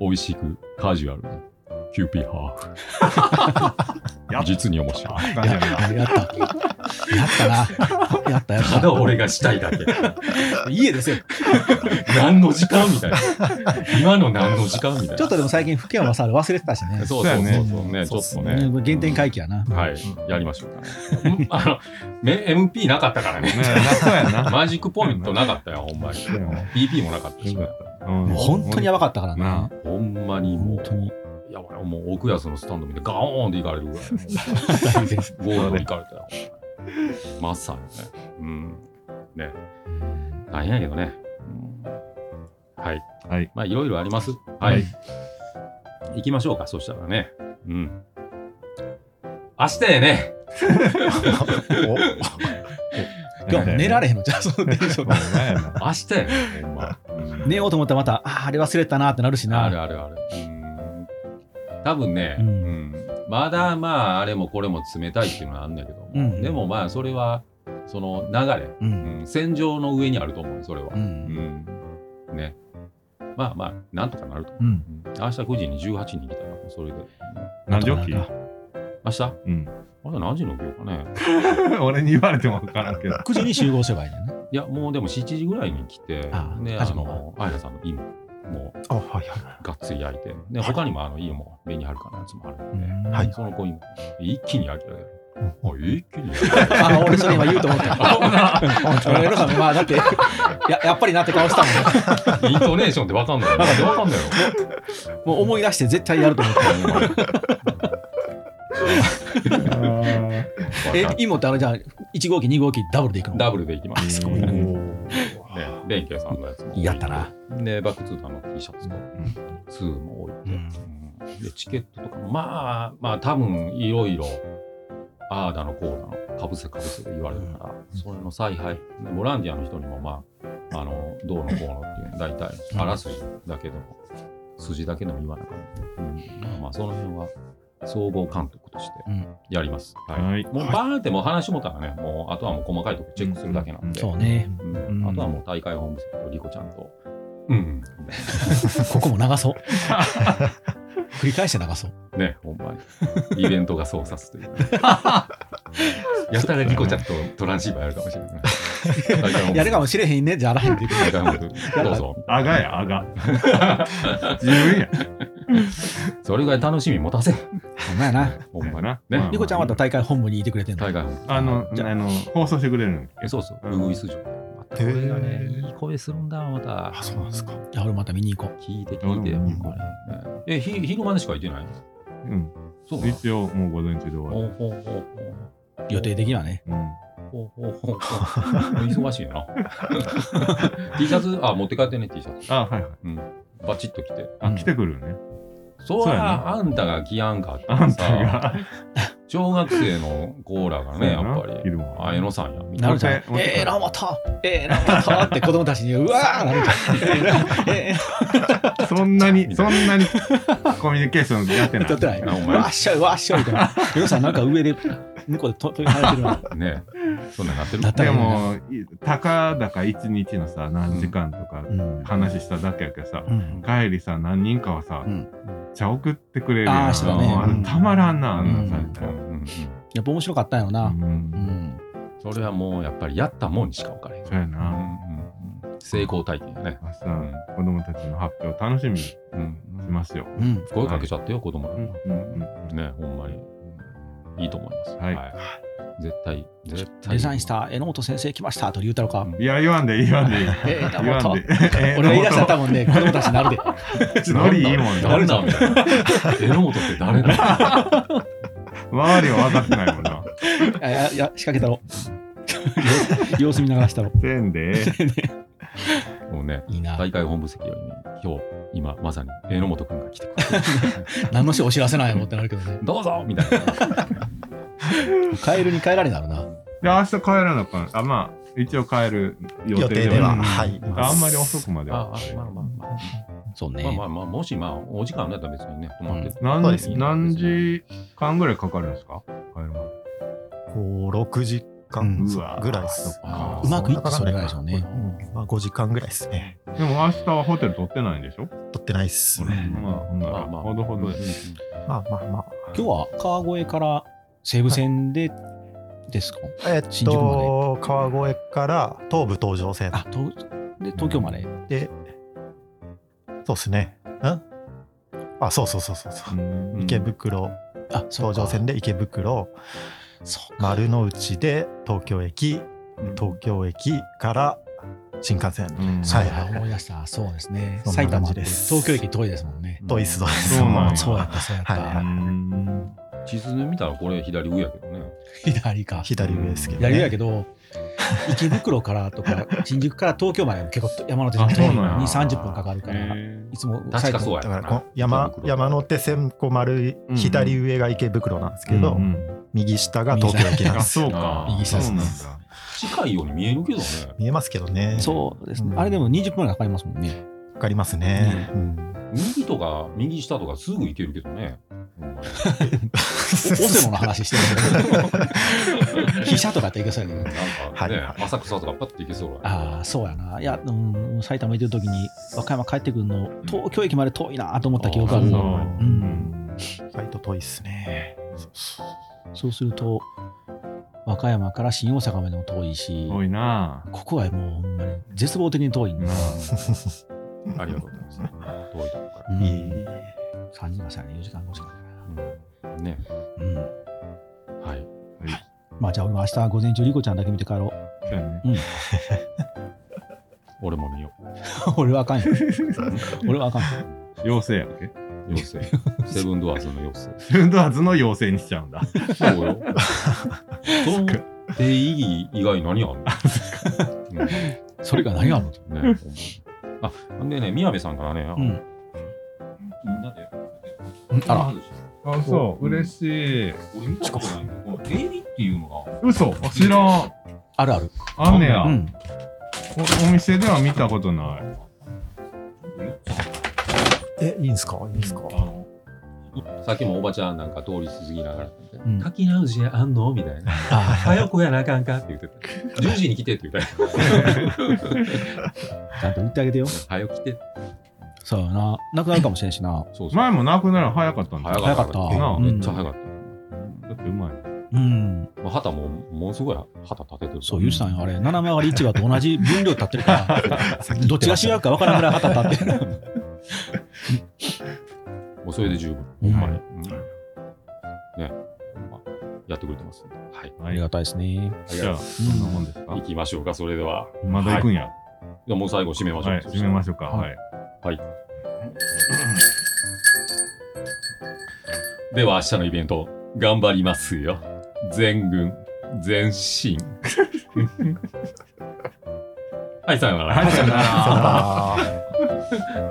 [SPEAKER 3] 美味しくカジュアルに。キューピーハー
[SPEAKER 1] やっ
[SPEAKER 3] フ。実に面白い。
[SPEAKER 1] ガジュアルだ
[SPEAKER 4] ややった。やったな。やったやった
[SPEAKER 3] だ俺がしたいだけ。
[SPEAKER 4] 家ですよ。
[SPEAKER 3] 何の時間みたいな。今の何の時間みたいな。
[SPEAKER 4] ちょっとでも最近福山雅治忘れてたしね。
[SPEAKER 3] そうそうそうそうね、ち
[SPEAKER 4] そ
[SPEAKER 3] ょ
[SPEAKER 4] う
[SPEAKER 3] っと
[SPEAKER 4] ね
[SPEAKER 3] ね。
[SPEAKER 4] 原点回帰やな。
[SPEAKER 3] はい、やりましょうかね。うんあの、め MP なかった からね。
[SPEAKER 1] ねなそうやな。
[SPEAKER 3] マジックポイントなかったよ、ほんまに。
[SPEAKER 1] そうやな
[SPEAKER 3] PP もなかったし。
[SPEAKER 1] うん
[SPEAKER 4] もう本当にやばかったから
[SPEAKER 1] な
[SPEAKER 4] な。
[SPEAKER 3] ほんまにも
[SPEAKER 4] 本当
[SPEAKER 3] う、
[SPEAKER 4] に。
[SPEAKER 3] いや、俺もう奥安のスタンド見てガーンって行かれるぐら い。ゴールド行かれたよ。まさにね。うん。ね。なんやけどね。はい。
[SPEAKER 1] はい。
[SPEAKER 3] まあ、いろいろあります。はい。行きましょうか、そしたらね。うん。明日やね。
[SPEAKER 4] 今日も寝られへんの。じゃあ、そのテンシ
[SPEAKER 1] そ
[SPEAKER 4] ョンで
[SPEAKER 1] うなんやな
[SPEAKER 3] 明日やね。ほんま。うん
[SPEAKER 4] 寝ようと思ったらまた、あーあれ忘れてたなってなるし
[SPEAKER 3] ある
[SPEAKER 4] な。
[SPEAKER 3] あるある。うん。多分ね、う
[SPEAKER 4] うん
[SPEAKER 3] ん。まだまあ、あれもこれも冷たいっていうのはあるんだけども。
[SPEAKER 4] うん
[SPEAKER 3] でもまあ、それは、その流れ。
[SPEAKER 4] う。
[SPEAKER 3] うんん、戦場の上にあると思うよそれは
[SPEAKER 4] う。ん。
[SPEAKER 3] うんね。まあまあ、なんとかなると。
[SPEAKER 4] うん。
[SPEAKER 3] うん明日9時に18人来たら、それで。
[SPEAKER 1] 何時起き
[SPEAKER 3] 明日
[SPEAKER 1] うん。
[SPEAKER 3] 明日何時に起きようかね。
[SPEAKER 1] 俺に言われても分からんけど。
[SPEAKER 4] 9時に集合すればいいね。
[SPEAKER 3] いや、もうでも7時ぐらいに来て、
[SPEAKER 4] あ
[SPEAKER 3] ね、あ
[SPEAKER 4] カジノは
[SPEAKER 3] の、あやさんの芋も
[SPEAKER 6] あ、はいは
[SPEAKER 3] がっつり焼いて、ね、他にもあの、いいも紅はるかのやつもあるんで、
[SPEAKER 4] うん
[SPEAKER 6] はい
[SPEAKER 3] その子芋、一気に焼いて
[SPEAKER 6] う
[SPEAKER 3] あ一気に焼いて
[SPEAKER 4] あ、俺それ今言う と思った。俺エロさんもまあだって、や やっぱりなって顔したもんね。
[SPEAKER 3] イントネーションってわかんないよ。わかんないよ。
[SPEAKER 4] もう思い出して絶対やると思った。え、今ってあれじゃあ、1号機、2号機、ダブルでいくの
[SPEAKER 3] ダブルでいきます。
[SPEAKER 6] い。
[SPEAKER 4] ごいな
[SPEAKER 3] ね、ベンケイさんのやつも。
[SPEAKER 4] やったな。
[SPEAKER 3] で、バックツーターの T シャツと、ツーも置いて、うんで、チケットとかも、まあ、まあ、多分いろいろ、ああだの、こうだの、かぶせかぶせで言われるから、それの采配、ねボランティアの人にも、まあ、あの、どうのこうのっていう、大体、あらすじだけでも、筋だけでも言わなかった。うんまあまあ、その辺は、総合監督として
[SPEAKER 4] うん
[SPEAKER 3] やります。はい。
[SPEAKER 1] はい
[SPEAKER 3] もうバーンってもう話もたらね、もう、あとはもう細かいとこチェックするだけなんで。
[SPEAKER 4] そうね。
[SPEAKER 3] うんあとはもう大会本部長とリコちゃんと。うん。
[SPEAKER 4] ここも流 そう。繰り返して流そう。
[SPEAKER 3] ね、ほんまに。イベントが操作す るという。やったらリコちゃんとトランシーバーやるかもしれない。大会本 部
[SPEAKER 4] やるかもしれへんね、じゃあらへんっていう
[SPEAKER 3] 大会本部どうぞ。
[SPEAKER 1] あがや、あが。自分や。
[SPEAKER 3] それぐらい楽しみ持たせ。
[SPEAKER 4] ほんまやな。
[SPEAKER 3] ほんまに。
[SPEAKER 1] な。
[SPEAKER 3] ね
[SPEAKER 1] まあ
[SPEAKER 4] リコちゃんはまた大会本部にいてくれてんの。
[SPEAKER 3] 大会本部。
[SPEAKER 1] あの、
[SPEAKER 4] じゃあ
[SPEAKER 1] あの、放送してくれるん
[SPEAKER 3] えそうそう。
[SPEAKER 1] うん
[SPEAKER 3] ウグイス城。またこれがね、
[SPEAKER 6] へー
[SPEAKER 3] いい声するんだ、また
[SPEAKER 6] あ、。そうなんですか。
[SPEAKER 4] じゃあ俺また見に行こう。
[SPEAKER 3] 聞いて聞いて、
[SPEAKER 1] う
[SPEAKER 3] ほ
[SPEAKER 1] ん
[SPEAKER 3] んまに。ねえ、ひ昼間でしか行ってない
[SPEAKER 1] うん。
[SPEAKER 3] そうなの
[SPEAKER 1] 一応、もう午前中で終わ
[SPEAKER 3] ほうほうほう
[SPEAKER 4] 予定的にはね。
[SPEAKER 1] る。うん。
[SPEAKER 3] ほう。ほうほうほ うほう。忙しいな。T シャツ、あ、持って帰ってね、T シャツ。
[SPEAKER 1] あ、はいはい。
[SPEAKER 3] うん、バチッと来て。
[SPEAKER 1] あ、来てくるね。
[SPEAKER 3] そう
[SPEAKER 1] そうや
[SPEAKER 3] や
[SPEAKER 1] な
[SPEAKER 3] あんたが来やんかって
[SPEAKER 1] あんた
[SPEAKER 3] さ、
[SPEAKER 1] が。
[SPEAKER 3] 小学生のコーラが
[SPEAKER 1] そうや
[SPEAKER 3] ね、や
[SPEAKER 1] な
[SPEAKER 3] っぱり、
[SPEAKER 1] 昼も
[SPEAKER 3] あ、えのさんや、みた
[SPEAKER 4] ないるじゃん。
[SPEAKER 1] もう一回
[SPEAKER 4] えー、ラマタえー、ラマタって子供たちに、うわーなるじゃん。 え
[SPEAKER 1] そんなに、
[SPEAKER 3] みた
[SPEAKER 1] そ
[SPEAKER 3] い
[SPEAKER 1] んなにコミュニケーションやって
[SPEAKER 4] ー、
[SPEAKER 1] な
[SPEAKER 4] 歌って
[SPEAKER 1] い。
[SPEAKER 4] ない。
[SPEAKER 3] なお前
[SPEAKER 4] わっしょい、わっしょいみたいな。ヒロさん、なんか上で、向こうでと飛び跳ねてるな。
[SPEAKER 3] な。ねそんなんなってる
[SPEAKER 4] なった
[SPEAKER 1] で
[SPEAKER 4] らいいな
[SPEAKER 1] も、たかだか一日のさ、何時間とか
[SPEAKER 4] うん
[SPEAKER 1] 話しただけやけどさ、
[SPEAKER 4] うん
[SPEAKER 1] 帰りさ、何人かはさ
[SPEAKER 4] うん、
[SPEAKER 1] 茶送ってくれるやん
[SPEAKER 4] あー
[SPEAKER 3] そうだね
[SPEAKER 1] もうあれ
[SPEAKER 3] うん
[SPEAKER 1] たまらんな、あんな
[SPEAKER 4] う
[SPEAKER 1] さ
[SPEAKER 4] ん。
[SPEAKER 3] うんうんうん
[SPEAKER 4] やっぱ面白かったんやろ
[SPEAKER 1] う
[SPEAKER 4] な。うんん。
[SPEAKER 3] それはもう、やっぱりやったもんにしか分からへん。
[SPEAKER 1] そうや
[SPEAKER 3] うん
[SPEAKER 1] な。
[SPEAKER 3] うんうん成功体験やね。
[SPEAKER 1] 明日
[SPEAKER 3] うん、
[SPEAKER 1] 子供たちの発表楽しみにし
[SPEAKER 3] うん
[SPEAKER 1] ますよ。
[SPEAKER 4] うん。
[SPEAKER 3] 声かけちゃってよ、子供
[SPEAKER 1] うん
[SPEAKER 3] ら
[SPEAKER 1] うんうん
[SPEAKER 3] ね、ほんまに。いいと思います。
[SPEAKER 1] はい
[SPEAKER 3] い絶対、絶対。
[SPEAKER 4] デザインした榎本先生来ましたと言うたろか。
[SPEAKER 1] いや、言わんでいい、言わんでいい。
[SPEAKER 4] えー、
[SPEAKER 1] 言わ
[SPEAKER 4] ラマ
[SPEAKER 1] ん
[SPEAKER 4] タ
[SPEAKER 1] でいい。え
[SPEAKER 4] 俺が言い出したら多分ね、子供たちになるで。
[SPEAKER 1] ー ノリいいもん
[SPEAKER 3] 誰
[SPEAKER 1] な。
[SPEAKER 3] だみたいな。 榎本って誰だ
[SPEAKER 1] 周りは分かってないもんな。
[SPEAKER 4] あやや仕掛けたろ。様子見ながらしたろ。
[SPEAKER 1] せんでええ。
[SPEAKER 3] もうね、
[SPEAKER 4] いいな。
[SPEAKER 3] 大会本部席よりね、今日、今、まさに榎本君が来てくれ
[SPEAKER 4] 何のしお知らせなんやろってなるけどね。
[SPEAKER 3] どうぞみたいな。
[SPEAKER 4] カエルに帰られなるな。
[SPEAKER 1] で、明日帰らなあかん。あ、まあ、一応帰る予
[SPEAKER 6] 予定
[SPEAKER 1] 定
[SPEAKER 6] で
[SPEAKER 1] では。
[SPEAKER 6] は、
[SPEAKER 1] うん
[SPEAKER 6] はい。
[SPEAKER 1] あんまり遅くまでは。
[SPEAKER 3] ああ、まあまあまあ。
[SPEAKER 4] そうね。
[SPEAKER 3] まあまあまあ、もしまあ、お時間だったら別にね、泊まって。
[SPEAKER 1] 何
[SPEAKER 6] そうです
[SPEAKER 1] 何時間ぐらいかかるんですか帰るまで
[SPEAKER 6] こう、6時間
[SPEAKER 4] うん
[SPEAKER 6] そうぐらいです。
[SPEAKER 3] あー
[SPEAKER 4] うまくいったそれぐらいでしょうね。
[SPEAKER 6] うんまあ、5時間ぐらいですね。
[SPEAKER 1] でも明日はホテル取ってないんでしょ
[SPEAKER 6] 取ってないっす。
[SPEAKER 1] まあ、ほんな
[SPEAKER 3] まあ
[SPEAKER 1] ら、
[SPEAKER 3] まあ
[SPEAKER 1] ほどほどで。
[SPEAKER 6] まあまあま
[SPEAKER 4] 今日は川越から西武線でですか、
[SPEAKER 6] あ。えっ
[SPEAKER 4] 新宿ま
[SPEAKER 6] と、川越から東武東上線
[SPEAKER 4] あとで東京まで、
[SPEAKER 6] で、そうですね。んあ、そうそうそうそうそう。
[SPEAKER 1] うん
[SPEAKER 6] 池袋、
[SPEAKER 4] あそう
[SPEAKER 6] 東
[SPEAKER 4] か
[SPEAKER 6] 上線で池袋、
[SPEAKER 4] そうか
[SPEAKER 6] 丸の内で東京駅、東京駅から新幹線。
[SPEAKER 1] うん
[SPEAKER 4] そう
[SPEAKER 6] はい
[SPEAKER 4] だ思い出したそうですね
[SPEAKER 6] そん
[SPEAKER 4] 埼
[SPEAKER 6] な感
[SPEAKER 4] 玉
[SPEAKER 6] じ
[SPEAKER 4] って
[SPEAKER 6] です
[SPEAKER 4] 東京駅遠いですもんね
[SPEAKER 6] とイスドです。
[SPEAKER 1] そうなんや
[SPEAKER 4] そうやったそうやった、
[SPEAKER 6] はいは
[SPEAKER 1] うん
[SPEAKER 3] 地図で見たらこれ左上やけどね。
[SPEAKER 4] 左か
[SPEAKER 6] 左上ですけど、ね。
[SPEAKER 4] 左やけど池袋からとか新宿から東京まで結構山手線
[SPEAKER 1] あそうなんや
[SPEAKER 4] に30分かかるからいつも
[SPEAKER 3] 確かそうや
[SPEAKER 6] だからこう山
[SPEAKER 3] 池袋
[SPEAKER 6] 山手線こう丸
[SPEAKER 1] うんう
[SPEAKER 6] い
[SPEAKER 1] ん
[SPEAKER 6] 左上が池袋なんですけど、
[SPEAKER 1] うん
[SPEAKER 6] 右下が東京駅なん
[SPEAKER 1] あ、
[SPEAKER 6] です
[SPEAKER 1] そう
[SPEAKER 6] よ。
[SPEAKER 1] か。
[SPEAKER 4] 右下ですね
[SPEAKER 1] そうなんだ
[SPEAKER 3] 近いように見えるけどね。
[SPEAKER 6] 見えますけどね。
[SPEAKER 4] そうですね、
[SPEAKER 6] うん
[SPEAKER 4] あれでも20分ぐらいかかりますもんね
[SPEAKER 6] わかりますね。うん
[SPEAKER 3] 右とか右下とかすぐ行けるけどね。
[SPEAKER 4] おオセロの話してるけど飛車とかやっていけそうやけど
[SPEAKER 3] なんかね、浅草とかパッと行けそうだね。
[SPEAKER 4] ああそうやないや、うん、埼玉行ってる時に和歌山帰ってくるの東京駅まで遠いなと思った記憶あ
[SPEAKER 1] そ
[SPEAKER 4] る
[SPEAKER 1] う
[SPEAKER 4] の
[SPEAKER 1] ん
[SPEAKER 4] う ん
[SPEAKER 6] 意外と遠いっすね。
[SPEAKER 4] そうすると和歌山から新大阪までも遠いし
[SPEAKER 1] 多いな
[SPEAKER 4] ここはもうほんまに絶望的に遠いんで、
[SPEAKER 3] ありがとうござ います。遠いとこか。
[SPEAKER 4] う ん
[SPEAKER 6] いい
[SPEAKER 4] 3時間3時4時間5時間から
[SPEAKER 3] ね。
[SPEAKER 4] な、うん、
[SPEAKER 3] はい。
[SPEAKER 4] まあじゃあ俺も明日午前中リコちゃんだけ見て帰ろう
[SPEAKER 1] そうやね
[SPEAKER 3] 俺も見よう。
[SPEAKER 4] 俺はあかんよ俺はあかんよ
[SPEAKER 1] 妖精 やっけ
[SPEAKER 3] 妖 精。セブンドアーズの妖精。
[SPEAKER 1] ルンドアーズの妖精にしちゃうんだ。
[SPEAKER 3] そうよ。その定義以外何あんの
[SPEAKER 4] それが何があるの
[SPEAKER 3] ね、あ、ほんでね、宮部さんからね、あの
[SPEAKER 4] うん
[SPEAKER 3] みんなで。
[SPEAKER 4] あら
[SPEAKER 1] あ、そう、嬉しい。
[SPEAKER 3] 俺見たことないんだけど、この定義っていうのが、
[SPEAKER 1] 嘘知らん。
[SPEAKER 4] あるある
[SPEAKER 1] あんねや
[SPEAKER 4] う。ん
[SPEAKER 1] おお店では見たことない。
[SPEAKER 6] え、いいんすかいいんすか
[SPEAKER 3] あのさっきもおばちゃんなんか通り過ぎながら、
[SPEAKER 4] うん
[SPEAKER 3] 書き直しあんのみたいな。
[SPEAKER 4] あ
[SPEAKER 3] 早くやなあかんかって言ってた。10時に来てって言った。
[SPEAKER 4] あちゃんと言ってあげてよ
[SPEAKER 3] 早く来て。
[SPEAKER 4] そうやななくなるかもしれんしな
[SPEAKER 3] そうそう。
[SPEAKER 1] 前もなくなるの早かったんだ
[SPEAKER 3] 早
[SPEAKER 1] よ。
[SPEAKER 3] かった。
[SPEAKER 4] 早
[SPEAKER 1] かった
[SPEAKER 3] めっちゃ早かった。
[SPEAKER 1] だってうまい。
[SPEAKER 4] うん
[SPEAKER 3] まあ、旗も、ものすごい旗立ててる。
[SPEAKER 4] そう、ゆうじさんよ、あれ、斜め上がり市場と同じ分量立ってるから、どっちが主役か分からんぐらい旗立ってる。
[SPEAKER 3] もうそれで十分。
[SPEAKER 4] うん
[SPEAKER 3] ほんまに。うんね。まあやってくれてますんで。はい。
[SPEAKER 4] ありがたいですね。
[SPEAKER 1] じゃあ、そんなもんですか
[SPEAKER 3] 行きましょうか、それでは。
[SPEAKER 1] まだ行くんや。
[SPEAKER 3] じゃあもう最後締めましょう。
[SPEAKER 1] はい、締めましょうか。
[SPEAKER 4] は
[SPEAKER 1] はい。
[SPEAKER 3] では明日のイベント、頑張りますよ。全軍、全身。はい、さようなら。
[SPEAKER 1] はい、さよなら。
[SPEAKER 6] あー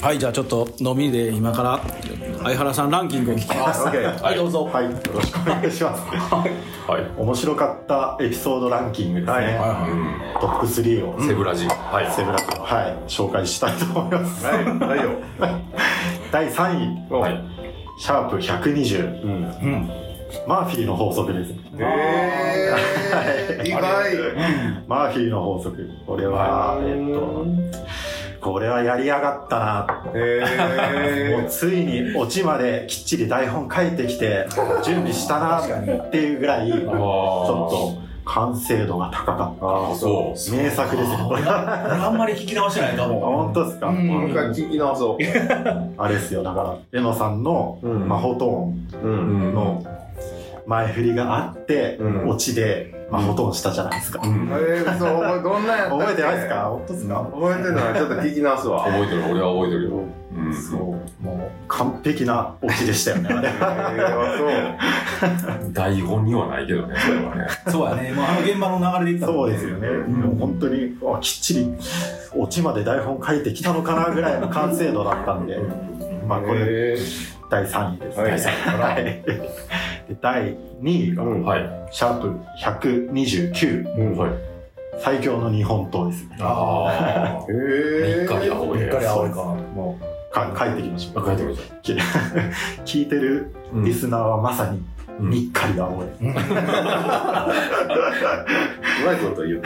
[SPEAKER 7] はい、じゃあちょっと飲みで今から相原さんランキングを聞きます。はい、どうぞ。
[SPEAKER 5] はい、よろしくお願いします。はい面白かったエピソードランキングですね。トップ3を、
[SPEAKER 8] セブラジ。はい。
[SPEAKER 5] セブラと、はい、紹介したいと思います。
[SPEAKER 8] はいよ。
[SPEAKER 5] 第3位、
[SPEAKER 8] はい。
[SPEAKER 5] シャープ120、
[SPEAKER 8] うん。
[SPEAKER 5] マーフィーの法則です。
[SPEAKER 8] ええー。意外。
[SPEAKER 5] マーフィーの法則、これは、えっと、これはやりやがったな。
[SPEAKER 8] え
[SPEAKER 5] もうついにオチまできっちり台本書いてきて、準備したなっていうぐらい、ち
[SPEAKER 8] ー。
[SPEAKER 5] ょっ
[SPEAKER 8] ょ
[SPEAKER 5] と完成度が高かった。
[SPEAKER 8] ああ、そ
[SPEAKER 5] 名作ですね。これは
[SPEAKER 7] あんまり聞き直してないかも。
[SPEAKER 5] 本当ですか、
[SPEAKER 8] う。もう一回聞き直そ
[SPEAKER 5] あれですよだから江野さんの
[SPEAKER 8] う。う
[SPEAKER 5] 魔法ト
[SPEAKER 8] う
[SPEAKER 5] ー
[SPEAKER 8] ん。
[SPEAKER 5] ンの前振りがあって、
[SPEAKER 8] うん
[SPEAKER 5] オチで魔法トーンしたじゃないですか、
[SPEAKER 8] えー、そう、お前どんなんやったっけ
[SPEAKER 5] 覚えてないですか本当ですか、
[SPEAKER 8] 覚えてない。ちょっと聞き直すわ。
[SPEAKER 3] 覚えてる、俺は覚えてるよ。
[SPEAKER 8] うん。
[SPEAKER 5] そうもう完璧なオチでしたよねあれ
[SPEAKER 8] えー、そう。台本にはないけどね、それはね。
[SPEAKER 7] そうやね。もうあの現場の流れでいったもん
[SPEAKER 5] そうですよね、でも本当にあきっちりオチまで台本書いてきたのかなぐらいの完成度だったんでまあこれ
[SPEAKER 8] え
[SPEAKER 5] 第3位です、
[SPEAKER 8] はい
[SPEAKER 5] 第3位、 はい、 で第2位が、
[SPEAKER 8] はい。
[SPEAKER 5] シャープ129、
[SPEAKER 8] うん、はい。
[SPEAKER 5] 最強の日本刀ですね。
[SPEAKER 3] ああ。
[SPEAKER 9] え
[SPEAKER 3] にっかり青い。
[SPEAKER 4] うっかり青いか。
[SPEAKER 5] もうか帰ってき ましょ
[SPEAKER 3] あ
[SPEAKER 5] う。
[SPEAKER 3] 書いてください。
[SPEAKER 5] 聞いてる
[SPEAKER 3] うん
[SPEAKER 5] リスナーはまさに
[SPEAKER 3] うん
[SPEAKER 5] にっかり青い。
[SPEAKER 1] うまいこと言う。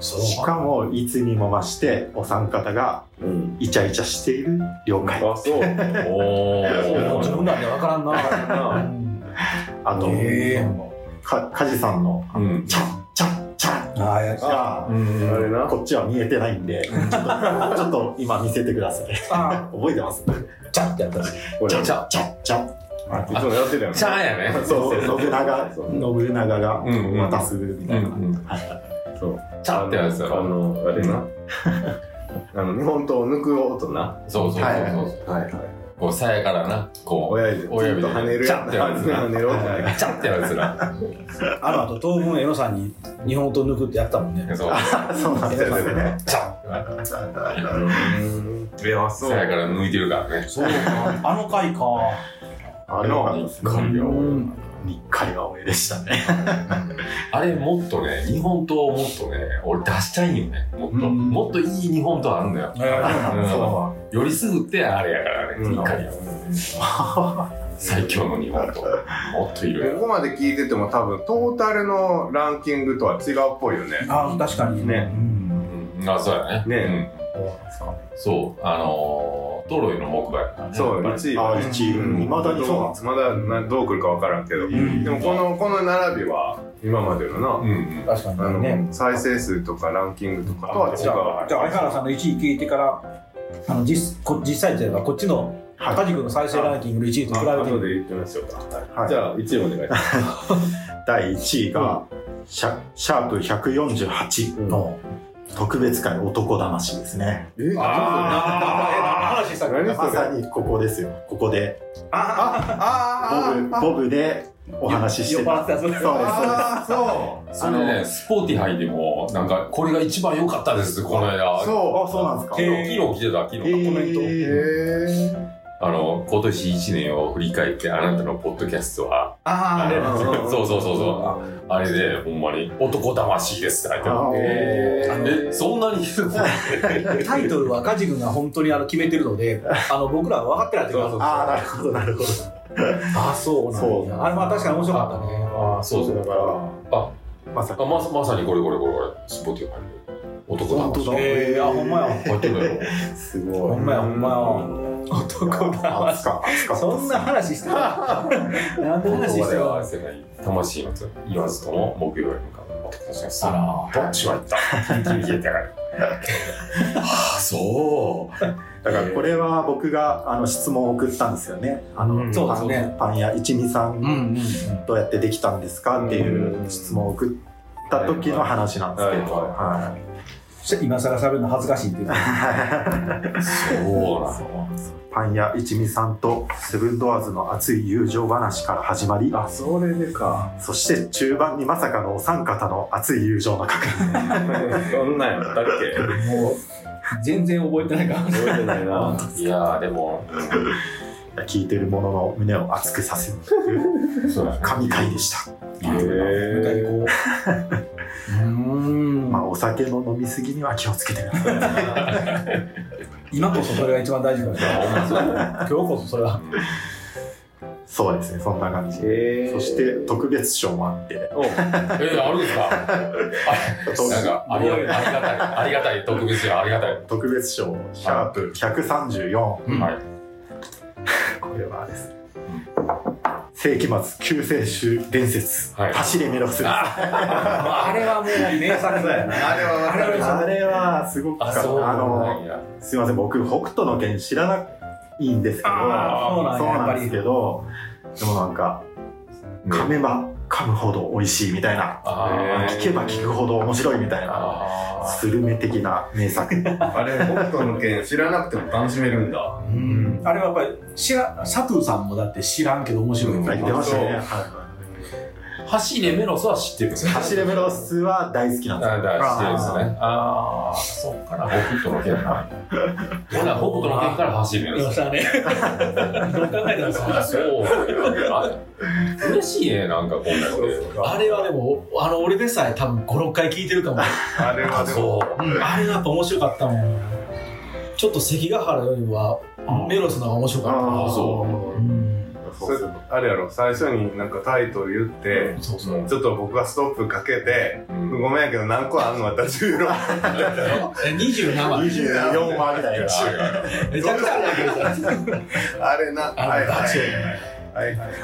[SPEAKER 4] そう
[SPEAKER 5] しかもいつにも増してお三方が
[SPEAKER 1] うん。
[SPEAKER 5] イチャイチャしている了解。
[SPEAKER 1] あ、そう。
[SPEAKER 4] も
[SPEAKER 3] お
[SPEAKER 4] う自分
[SPEAKER 3] ー。
[SPEAKER 4] なんで分からんな
[SPEAKER 5] あと、
[SPEAKER 4] へえ
[SPEAKER 5] か梶さんの
[SPEAKER 3] うん。
[SPEAKER 5] チャンチャンチャン
[SPEAKER 4] あー
[SPEAKER 5] が
[SPEAKER 3] うん
[SPEAKER 1] あれな。
[SPEAKER 5] こっちは見えてないんでちょっと ちょっと今見せてください。
[SPEAKER 4] あ
[SPEAKER 5] 覚えてます
[SPEAKER 4] ーちゃんってやったらしい
[SPEAKER 1] これ。
[SPEAKER 5] チ
[SPEAKER 1] ち
[SPEAKER 5] ャ
[SPEAKER 1] ゃ
[SPEAKER 5] ン
[SPEAKER 1] ん
[SPEAKER 5] チャンチャンチャン。
[SPEAKER 1] いつもやってるやん。
[SPEAKER 3] ちゃんやね。
[SPEAKER 1] そうそう。
[SPEAKER 5] 信長信長が
[SPEAKER 3] うんうん
[SPEAKER 5] 渡すみたいな。
[SPEAKER 3] うん
[SPEAKER 1] そう。
[SPEAKER 3] ちゃんってやつや
[SPEAKER 1] あ
[SPEAKER 3] ろ。
[SPEAKER 1] の、あれな。あの、日本刀を抜く音な。
[SPEAKER 3] そうそうそう
[SPEAKER 1] はい
[SPEAKER 3] そう。
[SPEAKER 1] はいはい。
[SPEAKER 3] こう、さやからな、こ
[SPEAKER 1] 親指で。
[SPEAKER 3] 親指で
[SPEAKER 1] ちょっと跳ねる
[SPEAKER 3] ち
[SPEAKER 1] や
[SPEAKER 3] ゃんっ
[SPEAKER 1] つ。
[SPEAKER 3] てやつな
[SPEAKER 1] 跳ねる音
[SPEAKER 3] う、
[SPEAKER 1] ね。
[SPEAKER 3] ちゃんってや つら。
[SPEAKER 4] あのあと当分江野さんに日本刀抜くってやったもんね
[SPEAKER 3] そう。
[SPEAKER 5] そうなんですよね。
[SPEAKER 4] ちゃ
[SPEAKER 1] いや、そう。
[SPEAKER 3] さやから抜いてるからね
[SPEAKER 4] ん。そうかあの回か
[SPEAKER 5] あれはですね。
[SPEAKER 3] いや
[SPEAKER 4] うん
[SPEAKER 5] にっかり青いでしたね。
[SPEAKER 3] あれもっとね、日本刀をもっとね、俺出したいんよね。もっと、
[SPEAKER 5] うん
[SPEAKER 3] もっといい日本刀あるんだよ。うん
[SPEAKER 5] そ
[SPEAKER 3] よりすぐってあれやからね、
[SPEAKER 1] うん
[SPEAKER 3] いいかり最強の日本刀。もっといるや
[SPEAKER 1] ここまで聞いてても多分トータルのランキングとは違うっぽいよね。
[SPEAKER 4] あー確かに
[SPEAKER 1] ね
[SPEAKER 4] うん
[SPEAKER 3] ろ。あ、そうやね。
[SPEAKER 1] ね
[SPEAKER 3] うん。そう、あのー、トロイの木馬やからね。
[SPEAKER 1] そう、
[SPEAKER 3] やっぱり
[SPEAKER 1] 1位
[SPEAKER 5] あ
[SPEAKER 1] は
[SPEAKER 5] あ
[SPEAKER 1] ね。
[SPEAKER 5] 一位未だにそうなんです
[SPEAKER 1] まだなどう来るか分からんけど、
[SPEAKER 4] ん
[SPEAKER 1] でもこのこの並びは今までのな、
[SPEAKER 3] うんうん。
[SPEAKER 4] 確か
[SPEAKER 1] あ
[SPEAKER 4] に
[SPEAKER 1] の
[SPEAKER 4] ね
[SPEAKER 1] 再生数とかランキングとかとは違う
[SPEAKER 4] じゃあ、じゃあ、相原さんの1位聞いてから、あの実こ実際というか、こっちの、
[SPEAKER 5] はい
[SPEAKER 4] カジ君の再生ランキングの1位と比
[SPEAKER 1] あ
[SPEAKER 4] べて
[SPEAKER 1] 後
[SPEAKER 4] みる。
[SPEAKER 1] で言ってみましょうか、
[SPEAKER 5] はい
[SPEAKER 1] じゃあ1位お願いします
[SPEAKER 5] 第1位が、シャシャープ148の特別会男魂ですね。
[SPEAKER 1] え
[SPEAKER 4] あー話したくない
[SPEAKER 1] 何そ
[SPEAKER 5] ま
[SPEAKER 1] れ
[SPEAKER 5] さにここですよ。ここで、ボ
[SPEAKER 1] あ
[SPEAKER 5] ブ、ボブでお話しし
[SPEAKER 4] 酔
[SPEAKER 5] て。
[SPEAKER 4] った払ってたやつ
[SPEAKER 5] そうです、そうです。
[SPEAKER 1] あそう
[SPEAKER 3] あのね、スポーティハイでも、なんか、これが一番良かったです、この間。
[SPEAKER 1] そう
[SPEAKER 5] あ、そうなんですか。
[SPEAKER 3] 昨日、昨日来てた、昨日。
[SPEAKER 5] ー
[SPEAKER 4] コメント
[SPEAKER 1] へ
[SPEAKER 3] あの、今年1年を振り返って、あなたのポッドキャストは、
[SPEAKER 1] あ
[SPEAKER 3] あれ
[SPEAKER 1] ー
[SPEAKER 3] そうそうそうそあれで、ほんまに、男魂ですって書いてあ
[SPEAKER 5] あ
[SPEAKER 3] る。
[SPEAKER 1] へ
[SPEAKER 3] え、そんなに言うの
[SPEAKER 4] タイトルはカジ君が本当にあの決めてるので、あの僕らは分かってないというか、
[SPEAKER 5] ああ、なるほど、なるほど。
[SPEAKER 4] あそうなん
[SPEAKER 5] そ
[SPEAKER 4] や。あれ、まあ確かに面白かったね。
[SPEAKER 3] あそうそう。
[SPEAKER 5] だから、
[SPEAKER 3] あ、
[SPEAKER 5] まさか。
[SPEAKER 3] あまさまさにこれこれこれこれ、スポティファイで。男
[SPEAKER 5] 本当
[SPEAKER 3] 魂。
[SPEAKER 5] だ。
[SPEAKER 4] えーあほんまや
[SPEAKER 3] こうやってるよ。
[SPEAKER 5] すごい。
[SPEAKER 4] ほんまや、ほんまや。男だ。
[SPEAKER 5] 熱か熱かった
[SPEAKER 4] そんな話してたなんで話し
[SPEAKER 3] 男ま
[SPEAKER 4] て
[SPEAKER 3] で
[SPEAKER 4] た
[SPEAKER 3] は愛せない魂のつ言わずとも木曜日に向かう男たちがさらどっちは言った君消えたから。ああ、そう。
[SPEAKER 5] だからこれは僕があの質問を送ったんですよね。あの、
[SPEAKER 1] うん
[SPEAKER 4] そう
[SPEAKER 5] パン
[SPEAKER 4] ですね
[SPEAKER 5] パン屋一味さ
[SPEAKER 4] うんんうん。
[SPEAKER 5] どうやってできたんですかっていう質問を送った時の話なんですけど、
[SPEAKER 3] はい
[SPEAKER 5] は
[SPEAKER 4] 今更喋るの恥ずかしいっていう。
[SPEAKER 3] そうなの。
[SPEAKER 5] い、パン屋一味さんとセブンドアーズの熱い友情話から始まり、
[SPEAKER 1] あそれでか
[SPEAKER 5] そして中盤にまさかのお三方の熱い友情の確認。
[SPEAKER 1] そんなんやったっけ
[SPEAKER 4] もう、全然覚えてないから。
[SPEAKER 1] 覚えてないない
[SPEAKER 3] やーでも、
[SPEAKER 5] 聞いてる者の胸を熱くさせる
[SPEAKER 3] そうだね。
[SPEAKER 5] 神回 でした。
[SPEAKER 1] へー
[SPEAKER 4] こう。うん
[SPEAKER 5] まあお酒の飲みすぎには気をつけて ください。
[SPEAKER 4] 今こそそれが一番大事かもしれない。今日こそそれは。
[SPEAKER 5] そうですね、そんな感じ。
[SPEAKER 1] へー
[SPEAKER 5] そして特別賞もあって、
[SPEAKER 1] お
[SPEAKER 3] えー、あるんですかあなんかありがありがたい、ありがたい、特別よ、ありがたい。
[SPEAKER 5] 特別賞シャープ134、
[SPEAKER 4] うん
[SPEAKER 3] はい。
[SPEAKER 5] これはですね世紀末救世主伝説、
[SPEAKER 3] はい
[SPEAKER 5] 走れメロスですあ
[SPEAKER 4] あれはもう名作だよね。
[SPEAKER 1] あれは分かる
[SPEAKER 5] れはすごく
[SPEAKER 3] あ、
[SPEAKER 5] か
[SPEAKER 3] そうな
[SPEAKER 5] あ
[SPEAKER 3] ん
[SPEAKER 5] の
[SPEAKER 3] や。
[SPEAKER 5] すいません僕北斗の拳知らないんですけど
[SPEAKER 3] あ
[SPEAKER 4] そうなん
[SPEAKER 5] そう
[SPEAKER 4] や、やっ
[SPEAKER 5] な
[SPEAKER 4] ぱ
[SPEAKER 5] んで
[SPEAKER 4] り
[SPEAKER 5] すけ。どでもなんか噛めば噛むほど美味しいみたいな
[SPEAKER 3] あー
[SPEAKER 5] 聞けば聞くほど面白いみたいな
[SPEAKER 3] あ
[SPEAKER 5] スルメ的な名作
[SPEAKER 1] あれ北斗の拳知らなくても楽しめるんだ
[SPEAKER 4] うんあれはやっぱり知ら、佐藤さんもだって知らんけど面白いもん
[SPEAKER 5] 言ってましたねはい
[SPEAKER 3] 走れメロスは知ってるんですよ。
[SPEAKER 5] 走れメロスは大好きなんです
[SPEAKER 3] あ
[SPEAKER 5] よ。
[SPEAKER 3] だから知ってるんですね。ああ、そうかな。北斗の剣 な。ほら、北斗の剣から走るんです
[SPEAKER 4] したね。どう考えてもそう
[SPEAKER 3] そう。あ嬉しいね、なんかこんなので。
[SPEAKER 4] あれはでも、あの、俺でさえ多分5、6回聞いてるかも。
[SPEAKER 1] あれは
[SPEAKER 3] あ、
[SPEAKER 1] でも、
[SPEAKER 3] そう。
[SPEAKER 4] うんあれがやっぱ面白かったもん。ちょっと関ヶ原よりは、メロスの方が面白かった。
[SPEAKER 1] あー
[SPEAKER 5] そう
[SPEAKER 1] それあれやろ、最初になんかタイトル言って、
[SPEAKER 3] そうそう。
[SPEAKER 1] ちょっと僕はストップかけて、
[SPEAKER 3] うん
[SPEAKER 1] ごめんやけど何個あんの私16
[SPEAKER 4] え27話。
[SPEAKER 5] 24話みたいな。
[SPEAKER 4] めちゃくちゃあるんだけどさ
[SPEAKER 1] あれな、
[SPEAKER 4] あ
[SPEAKER 1] はい
[SPEAKER 4] の、
[SPEAKER 1] は
[SPEAKER 4] ガチ
[SPEAKER 1] い。
[SPEAKER 4] で
[SPEAKER 1] はいはい、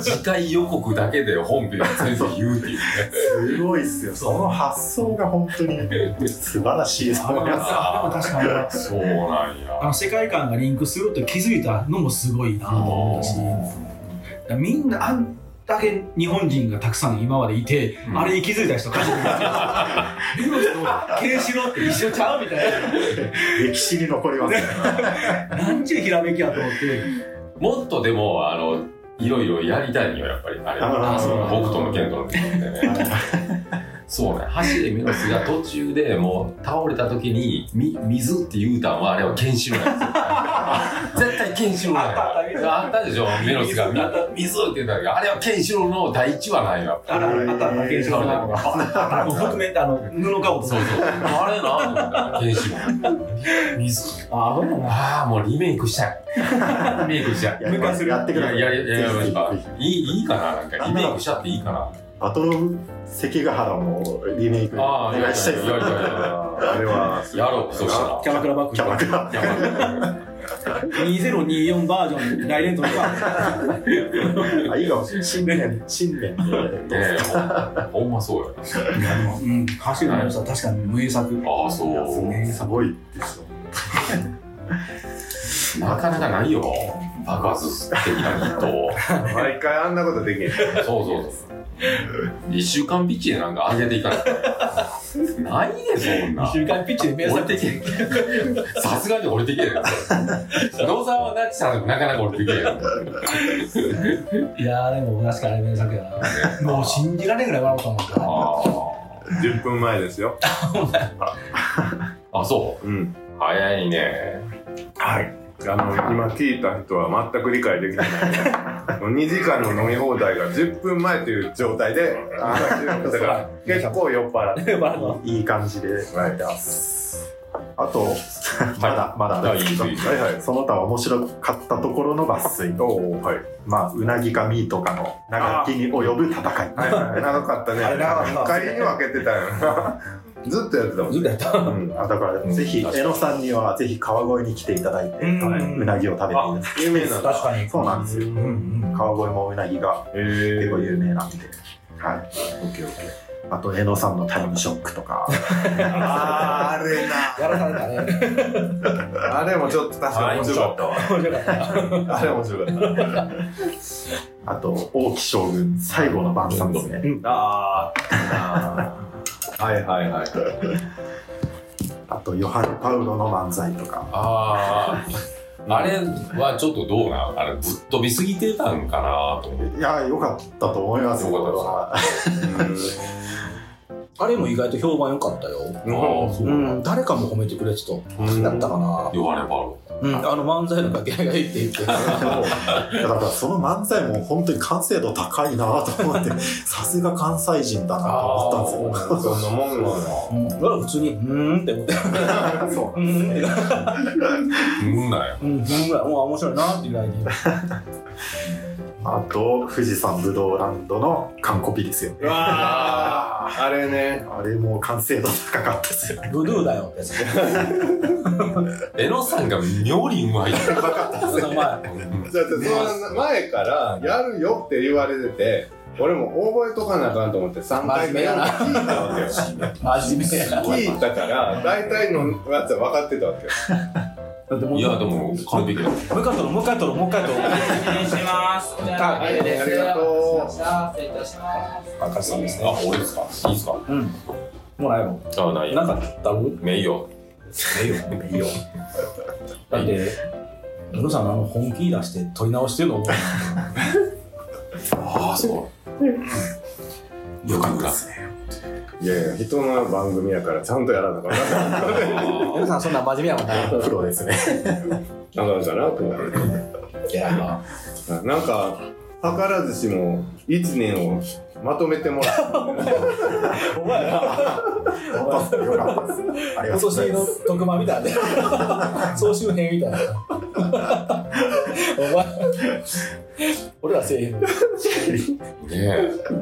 [SPEAKER 3] 次回予告だけで本編全部言うっていうね。
[SPEAKER 5] すごいっすよ。その発想が本当に素晴らしいです。
[SPEAKER 3] あ
[SPEAKER 4] 確かに。
[SPEAKER 3] ーそうなん
[SPEAKER 4] あ
[SPEAKER 3] や。
[SPEAKER 4] の、世界観がリンクするって気づいたのもすごいなと思ったし。だからみんな、あんだけ日本人がたくさん今までいて、
[SPEAKER 3] うん
[SPEAKER 4] あれに気づいた人初めて見たケンシロウって一緒ちゃうみたいな。
[SPEAKER 5] 歴史に残りますね。
[SPEAKER 4] なんちゅうひらめきやと思って。
[SPEAKER 3] もっとでも、あの、いろいろやりたいんよ、やっぱり。あれ
[SPEAKER 5] あーそうなんだ
[SPEAKER 3] 僕との剣との剣でね。 そうね、走れメロスが途中でもう倒れた時に、み、水って言うたんは、あれはケンシロウなんです よ。絶対ケンシロウなん
[SPEAKER 4] あったあっ
[SPEAKER 3] や。あったでしょ、メロスが
[SPEAKER 4] 水あっ。
[SPEAKER 3] 水って言ったら、あれはケンシロウの第一話なんや。
[SPEAKER 4] あら、あったあった、ケンシロウの。あの、覆面ってあの、布かぶと
[SPEAKER 3] そうそう。あれな、ケンシロウ。水。
[SPEAKER 4] あ、そうな。
[SPEAKER 3] ああ、もうリメイクしたい。リメイクしたい。
[SPEAKER 5] やりますやって
[SPEAKER 3] い
[SPEAKER 5] く
[SPEAKER 3] や
[SPEAKER 5] ださ
[SPEAKER 3] い
[SPEAKER 5] い。
[SPEAKER 3] やいやいや
[SPEAKER 5] ぜひぜ
[SPEAKER 3] やっぱ
[SPEAKER 5] ひ
[SPEAKER 3] いいいいかななんかリメイクしちゃっていいかな
[SPEAKER 5] バトルオブ関ヶ原もリメイクお
[SPEAKER 3] ああいや
[SPEAKER 5] 願
[SPEAKER 3] い
[SPEAKER 5] いしたい
[SPEAKER 3] や
[SPEAKER 5] で
[SPEAKER 3] いやい
[SPEAKER 5] す。
[SPEAKER 3] や
[SPEAKER 1] あれは、
[SPEAKER 3] やろうそしたら
[SPEAKER 4] キャバクラバッグ。
[SPEAKER 5] キャバクラ。
[SPEAKER 3] やば
[SPEAKER 4] 2024バージョン、来年とか。
[SPEAKER 5] あ、いいかもしれない。新年、新年
[SPEAKER 3] い
[SPEAKER 5] で。
[SPEAKER 3] ねえほん まそうよね
[SPEAKER 4] うん、走るの良さ、確かに名作。
[SPEAKER 3] ああそ
[SPEAKER 5] いやそうすごいですよ。
[SPEAKER 3] なかなかないよ爆発的なヒット
[SPEAKER 1] 毎回あんなことできへん。
[SPEAKER 3] そう そうそう1週間ピッチでなんか上げていかないないねそんな
[SPEAKER 4] 週間ピッチで名
[SPEAKER 3] 俺
[SPEAKER 4] 作。
[SPEAKER 3] てけさすがに俺てけえ野沢那智さんでもなかなか俺てけえ
[SPEAKER 4] いやー、でも確かに名作やな。もう信じられんぐらい笑うと思ったもん
[SPEAKER 3] あ
[SPEAKER 1] 10分前ですよ。
[SPEAKER 3] ああそう
[SPEAKER 1] うん。
[SPEAKER 3] 早いね
[SPEAKER 1] はい。あの、今聞いた人は全く理解できてない。2時間の飲み放題が10分前という状態で、あのだから結構酔っ払って。
[SPEAKER 5] いい感じでやってます。あと、まだ、まだなんですけど
[SPEAKER 3] はいいいです
[SPEAKER 1] はいはい。
[SPEAKER 5] その他面白かったところの抜粋。
[SPEAKER 1] おおはい。
[SPEAKER 5] まあ、うなぎかミートかの長きに及ぶ戦い。
[SPEAKER 1] はいはい、長かったね。
[SPEAKER 4] あれ長かった
[SPEAKER 1] 仮に分けてた よな。ずっとやってたもん。
[SPEAKER 4] ずっとやった。
[SPEAKER 1] うん
[SPEAKER 5] あだから、
[SPEAKER 3] うん
[SPEAKER 5] ぜひ、
[SPEAKER 3] 確か
[SPEAKER 5] 江野さんには、ぜひ川越に来ていただいて、
[SPEAKER 4] うん
[SPEAKER 5] はいうなぎを食べていただ
[SPEAKER 1] 有名なんだ。
[SPEAKER 4] 確かに。
[SPEAKER 5] そうなんですよ
[SPEAKER 4] うんうん。
[SPEAKER 5] 川越もうなぎが
[SPEAKER 1] え
[SPEAKER 5] 結構
[SPEAKER 1] ー、
[SPEAKER 5] 有名なんで。はい。
[SPEAKER 1] オッケーオッケー。
[SPEAKER 5] あと、江野さんのタイムショックとか。
[SPEAKER 1] あーあれな。
[SPEAKER 4] やらされたね。
[SPEAKER 1] あれもちょっと確かに面白かった わ。
[SPEAKER 4] 面白かった。
[SPEAKER 1] あれ面白かった。
[SPEAKER 5] あと、王毅将軍、最後の晩餐ですね。
[SPEAKER 1] ああ。はいはいはい。
[SPEAKER 5] あと、ヨハネ・パウロの漫才とか。
[SPEAKER 3] ああ、あれはちょっとどうなんあれぶっ飛びすぎてたんかなと思って。
[SPEAKER 5] いやー、よかったと思いますよ、
[SPEAKER 3] よかった
[SPEAKER 5] は
[SPEAKER 4] あれも意外と評判良かったよ。
[SPEAKER 3] ああ、そうう。
[SPEAKER 4] ん、誰かも褒めてくれてた。
[SPEAKER 1] うん
[SPEAKER 4] だったかな。
[SPEAKER 3] 言わればあ
[SPEAKER 4] う
[SPEAKER 3] る。
[SPEAKER 4] ん、あの漫才の掛け合いがいいって言って。
[SPEAKER 5] い やだから、その漫才も本当に完成度高いなと思って、さすが関西人だなと思ったんですよ。
[SPEAKER 1] そんなもんなんや
[SPEAKER 4] うん、だから普通に、うーんって思って。
[SPEAKER 5] そう
[SPEAKER 4] うーんって。
[SPEAKER 3] うんなんや。
[SPEAKER 4] うん、そのぐらい、もう面白いなってぐらいに。
[SPEAKER 5] あと、富士山ぶどうランドの完コピですよ。
[SPEAKER 1] うわーあれね。
[SPEAKER 5] あれも完成度高かったですよ。
[SPEAKER 4] ブドゥーだよってやつ。
[SPEAKER 3] 江野さんが妙にうまい。
[SPEAKER 4] その前
[SPEAKER 1] だってその前からやるよって言われてて、俺も覚えとかなあかんと思って3回目やるって聞いたわけよ。
[SPEAKER 4] 真面目やな。
[SPEAKER 1] 聞いたから、大体のやつは分かってたわけよ。
[SPEAKER 4] だってもう
[SPEAKER 3] いや、でも完璧だ。
[SPEAKER 4] もう一回撮ろう、もう一回撮ろう、もう一回撮ろう。
[SPEAKER 1] はい、ありがとう。
[SPEAKER 3] 赤さんですね。あ、俺ですかいいですか
[SPEAKER 4] もうないも
[SPEAKER 3] あ、ない
[SPEAKER 4] ん。
[SPEAKER 3] や。
[SPEAKER 4] なんか、ダブ
[SPEAKER 3] 名誉。名誉。名誉。
[SPEAKER 4] だって、ムロさんあの本気出して撮り直してるの
[SPEAKER 3] ああ、そう。よかった。
[SPEAKER 1] いやいや、人の番組やからちゃんとやらなあかんな。
[SPEAKER 4] 皆さんそんな真面目やもんな。
[SPEAKER 5] プロですね。
[SPEAKER 1] なかなかなと思って。
[SPEAKER 4] いや、まあ。
[SPEAKER 1] なんか、図らずしも1年をまとめても らった。
[SPEAKER 4] お前ら、
[SPEAKER 5] よかったです。あり
[SPEAKER 4] 今
[SPEAKER 5] がとうござ
[SPEAKER 4] 年
[SPEAKER 5] いま
[SPEAKER 4] の
[SPEAKER 5] す。
[SPEAKER 4] 特番みたいな。総集編みたいな。お前、俺らせえへん。
[SPEAKER 3] ね
[SPEAKER 1] う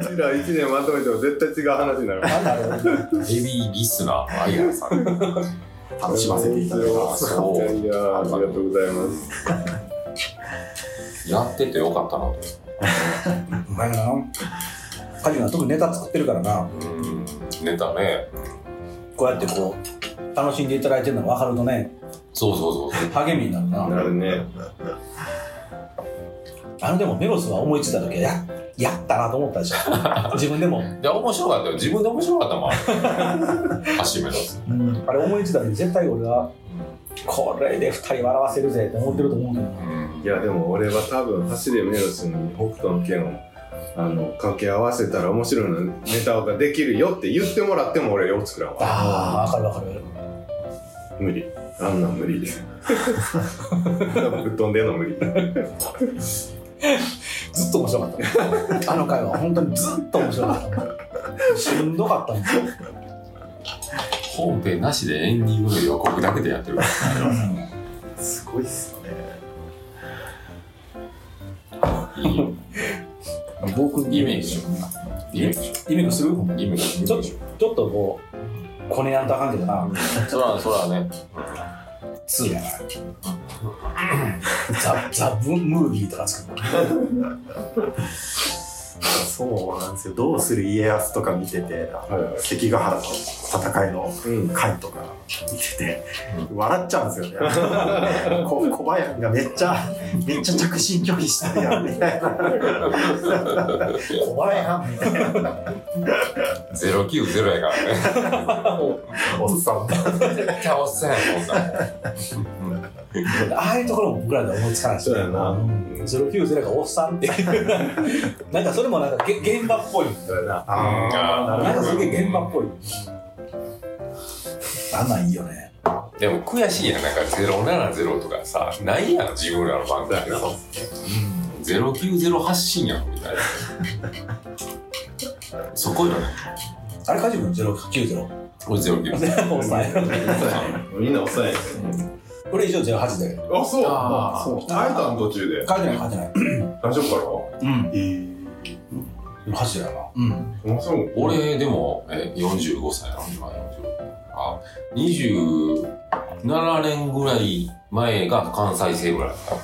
[SPEAKER 1] ちら1年まとめても絶対違う話になる。
[SPEAKER 4] なんだろう。
[SPEAKER 3] えヘビーリスナー、アイアンさん。
[SPEAKER 5] 楽しませていただきま
[SPEAKER 3] そ
[SPEAKER 5] す。
[SPEAKER 1] いやいや、ありがとうございます。
[SPEAKER 3] やっててよかったなと。
[SPEAKER 4] お前らな。カジは特にネタ作ってるからな。
[SPEAKER 3] うん。ネタね。
[SPEAKER 4] こうやってこう、楽しんでいただいてるのが分かるとね、
[SPEAKER 3] そうそうそうそう。
[SPEAKER 4] 励みになるな。
[SPEAKER 1] なるね。
[SPEAKER 4] あのでもメロスは思いついた時はややったなと思ったでしょ自分でも、
[SPEAKER 3] いや、面白かったよ。自分で面白かったもん。足目の。
[SPEAKER 4] あれ思いついた時絶対俺はこれで2人笑わせるぜって思ってると思うけど
[SPEAKER 1] いや、でも俺は多分、走れメロスに北斗の剣を。あの掛け合わせたら面白いのネタができるよって言ってもらっても俺よ作らんわ
[SPEAKER 4] ああ分かる分かる
[SPEAKER 1] 無理あんなん無理ですぶっ飛んでんの無理
[SPEAKER 4] ずっと面白かったあの回は本当にずっと面白かったしんどかったんですよ
[SPEAKER 3] 本編なしでエンディングの予告だけでやってるから。
[SPEAKER 5] すごいっすね。
[SPEAKER 3] いい
[SPEAKER 4] 僕
[SPEAKER 3] イメージ。イメージ。
[SPEAKER 4] イメージする
[SPEAKER 3] イメージ。
[SPEAKER 4] ちょちょっとこうこねやんとあかんけどな
[SPEAKER 3] そら、そらね。
[SPEAKER 4] 2やなザ・ザ・ブムービーとか作る
[SPEAKER 5] そうなんですよ。どうする家康とか見てて、あの関ヶ原の戦いの回とか見てて、笑っちゃうんですよね。こ小林がめっちゃ、めっちゃ着信拒否してるやんみたいな。小林みたいな。
[SPEAKER 3] ゼロ九ゼロやからね。
[SPEAKER 5] おっさんだ。
[SPEAKER 3] キャオスやん、こんなん。
[SPEAKER 4] ああいうところも僕らでは思いつかないです
[SPEAKER 1] そうやな
[SPEAKER 4] 090がおっさん っていうなんかそれもなんかげ現場っぽい
[SPEAKER 1] そうやな
[SPEAKER 5] あ
[SPEAKER 4] なんかすげえ現場っぽいあんなんいいよね
[SPEAKER 3] でも悔しいやん、なんか070とかさ、ないやん、自分らの番組が。090発信やん、みたいな。そこよね。
[SPEAKER 4] あれカジ君090
[SPEAKER 3] 俺090。
[SPEAKER 4] おっさんや
[SPEAKER 1] みんな抑え
[SPEAKER 4] 俺以上08だけど
[SPEAKER 1] あ、そう
[SPEAKER 3] あー
[SPEAKER 1] そう会えたの途中で
[SPEAKER 4] カジないカジない
[SPEAKER 1] 大丈夫か
[SPEAKER 4] うん
[SPEAKER 5] ー
[SPEAKER 4] 08だよなうん
[SPEAKER 1] なあ、そう
[SPEAKER 3] 俺、でも、え、45歳やろ、今45。あ、27年ぐらい前が関西西部やった。
[SPEAKER 4] あ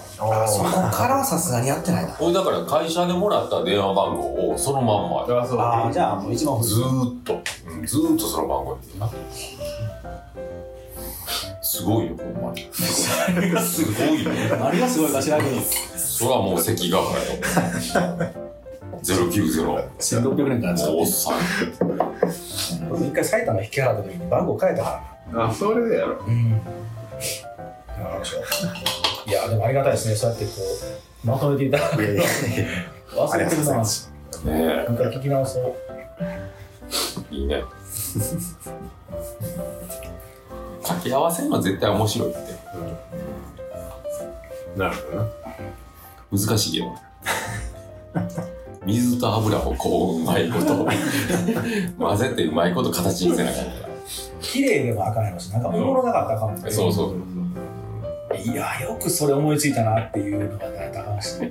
[SPEAKER 4] そこからはさすがにやってないな
[SPEAKER 3] 俺、だから会社でもらった電話番号をそのまんまや。
[SPEAKER 1] あ、そう
[SPEAKER 4] ああじゃあもう一番普
[SPEAKER 3] ず
[SPEAKER 4] 通
[SPEAKER 3] ーっと、うん、ずーっとその番号やってたすごいよ、ほんまに。すごいよ。
[SPEAKER 4] 何がすごいか知らんけど
[SPEAKER 3] それはもう関ヶ原よ。090。もう
[SPEAKER 4] 1600年からずっ
[SPEAKER 3] おっさん。
[SPEAKER 4] と俺一回埼玉引き払った時に番号変えたから
[SPEAKER 1] あ、それでやろ
[SPEAKER 4] うん。いや、でもありがたいですね、そうやってこう、まとめていただく。
[SPEAKER 5] いやいや
[SPEAKER 4] 忘れてる
[SPEAKER 5] ありがとうござい
[SPEAKER 4] な
[SPEAKER 5] ま。
[SPEAKER 3] ね
[SPEAKER 4] なんか聞き直そう。
[SPEAKER 3] え、いいね。掛け合わせるのは絶対面白いって。
[SPEAKER 1] なるほどな
[SPEAKER 3] 難しいけどね。水と油をこう、うまいこと、 混ぜてうまいこと形にせなあかったか
[SPEAKER 4] 綺麗ではあかんやろし、なんかおもろなかったかも、
[SPEAKER 3] ら。そうそう。
[SPEAKER 4] いや、よ くそれ思いついたなっていうのが、ね、高橋。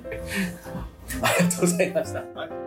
[SPEAKER 4] ありがとうございました。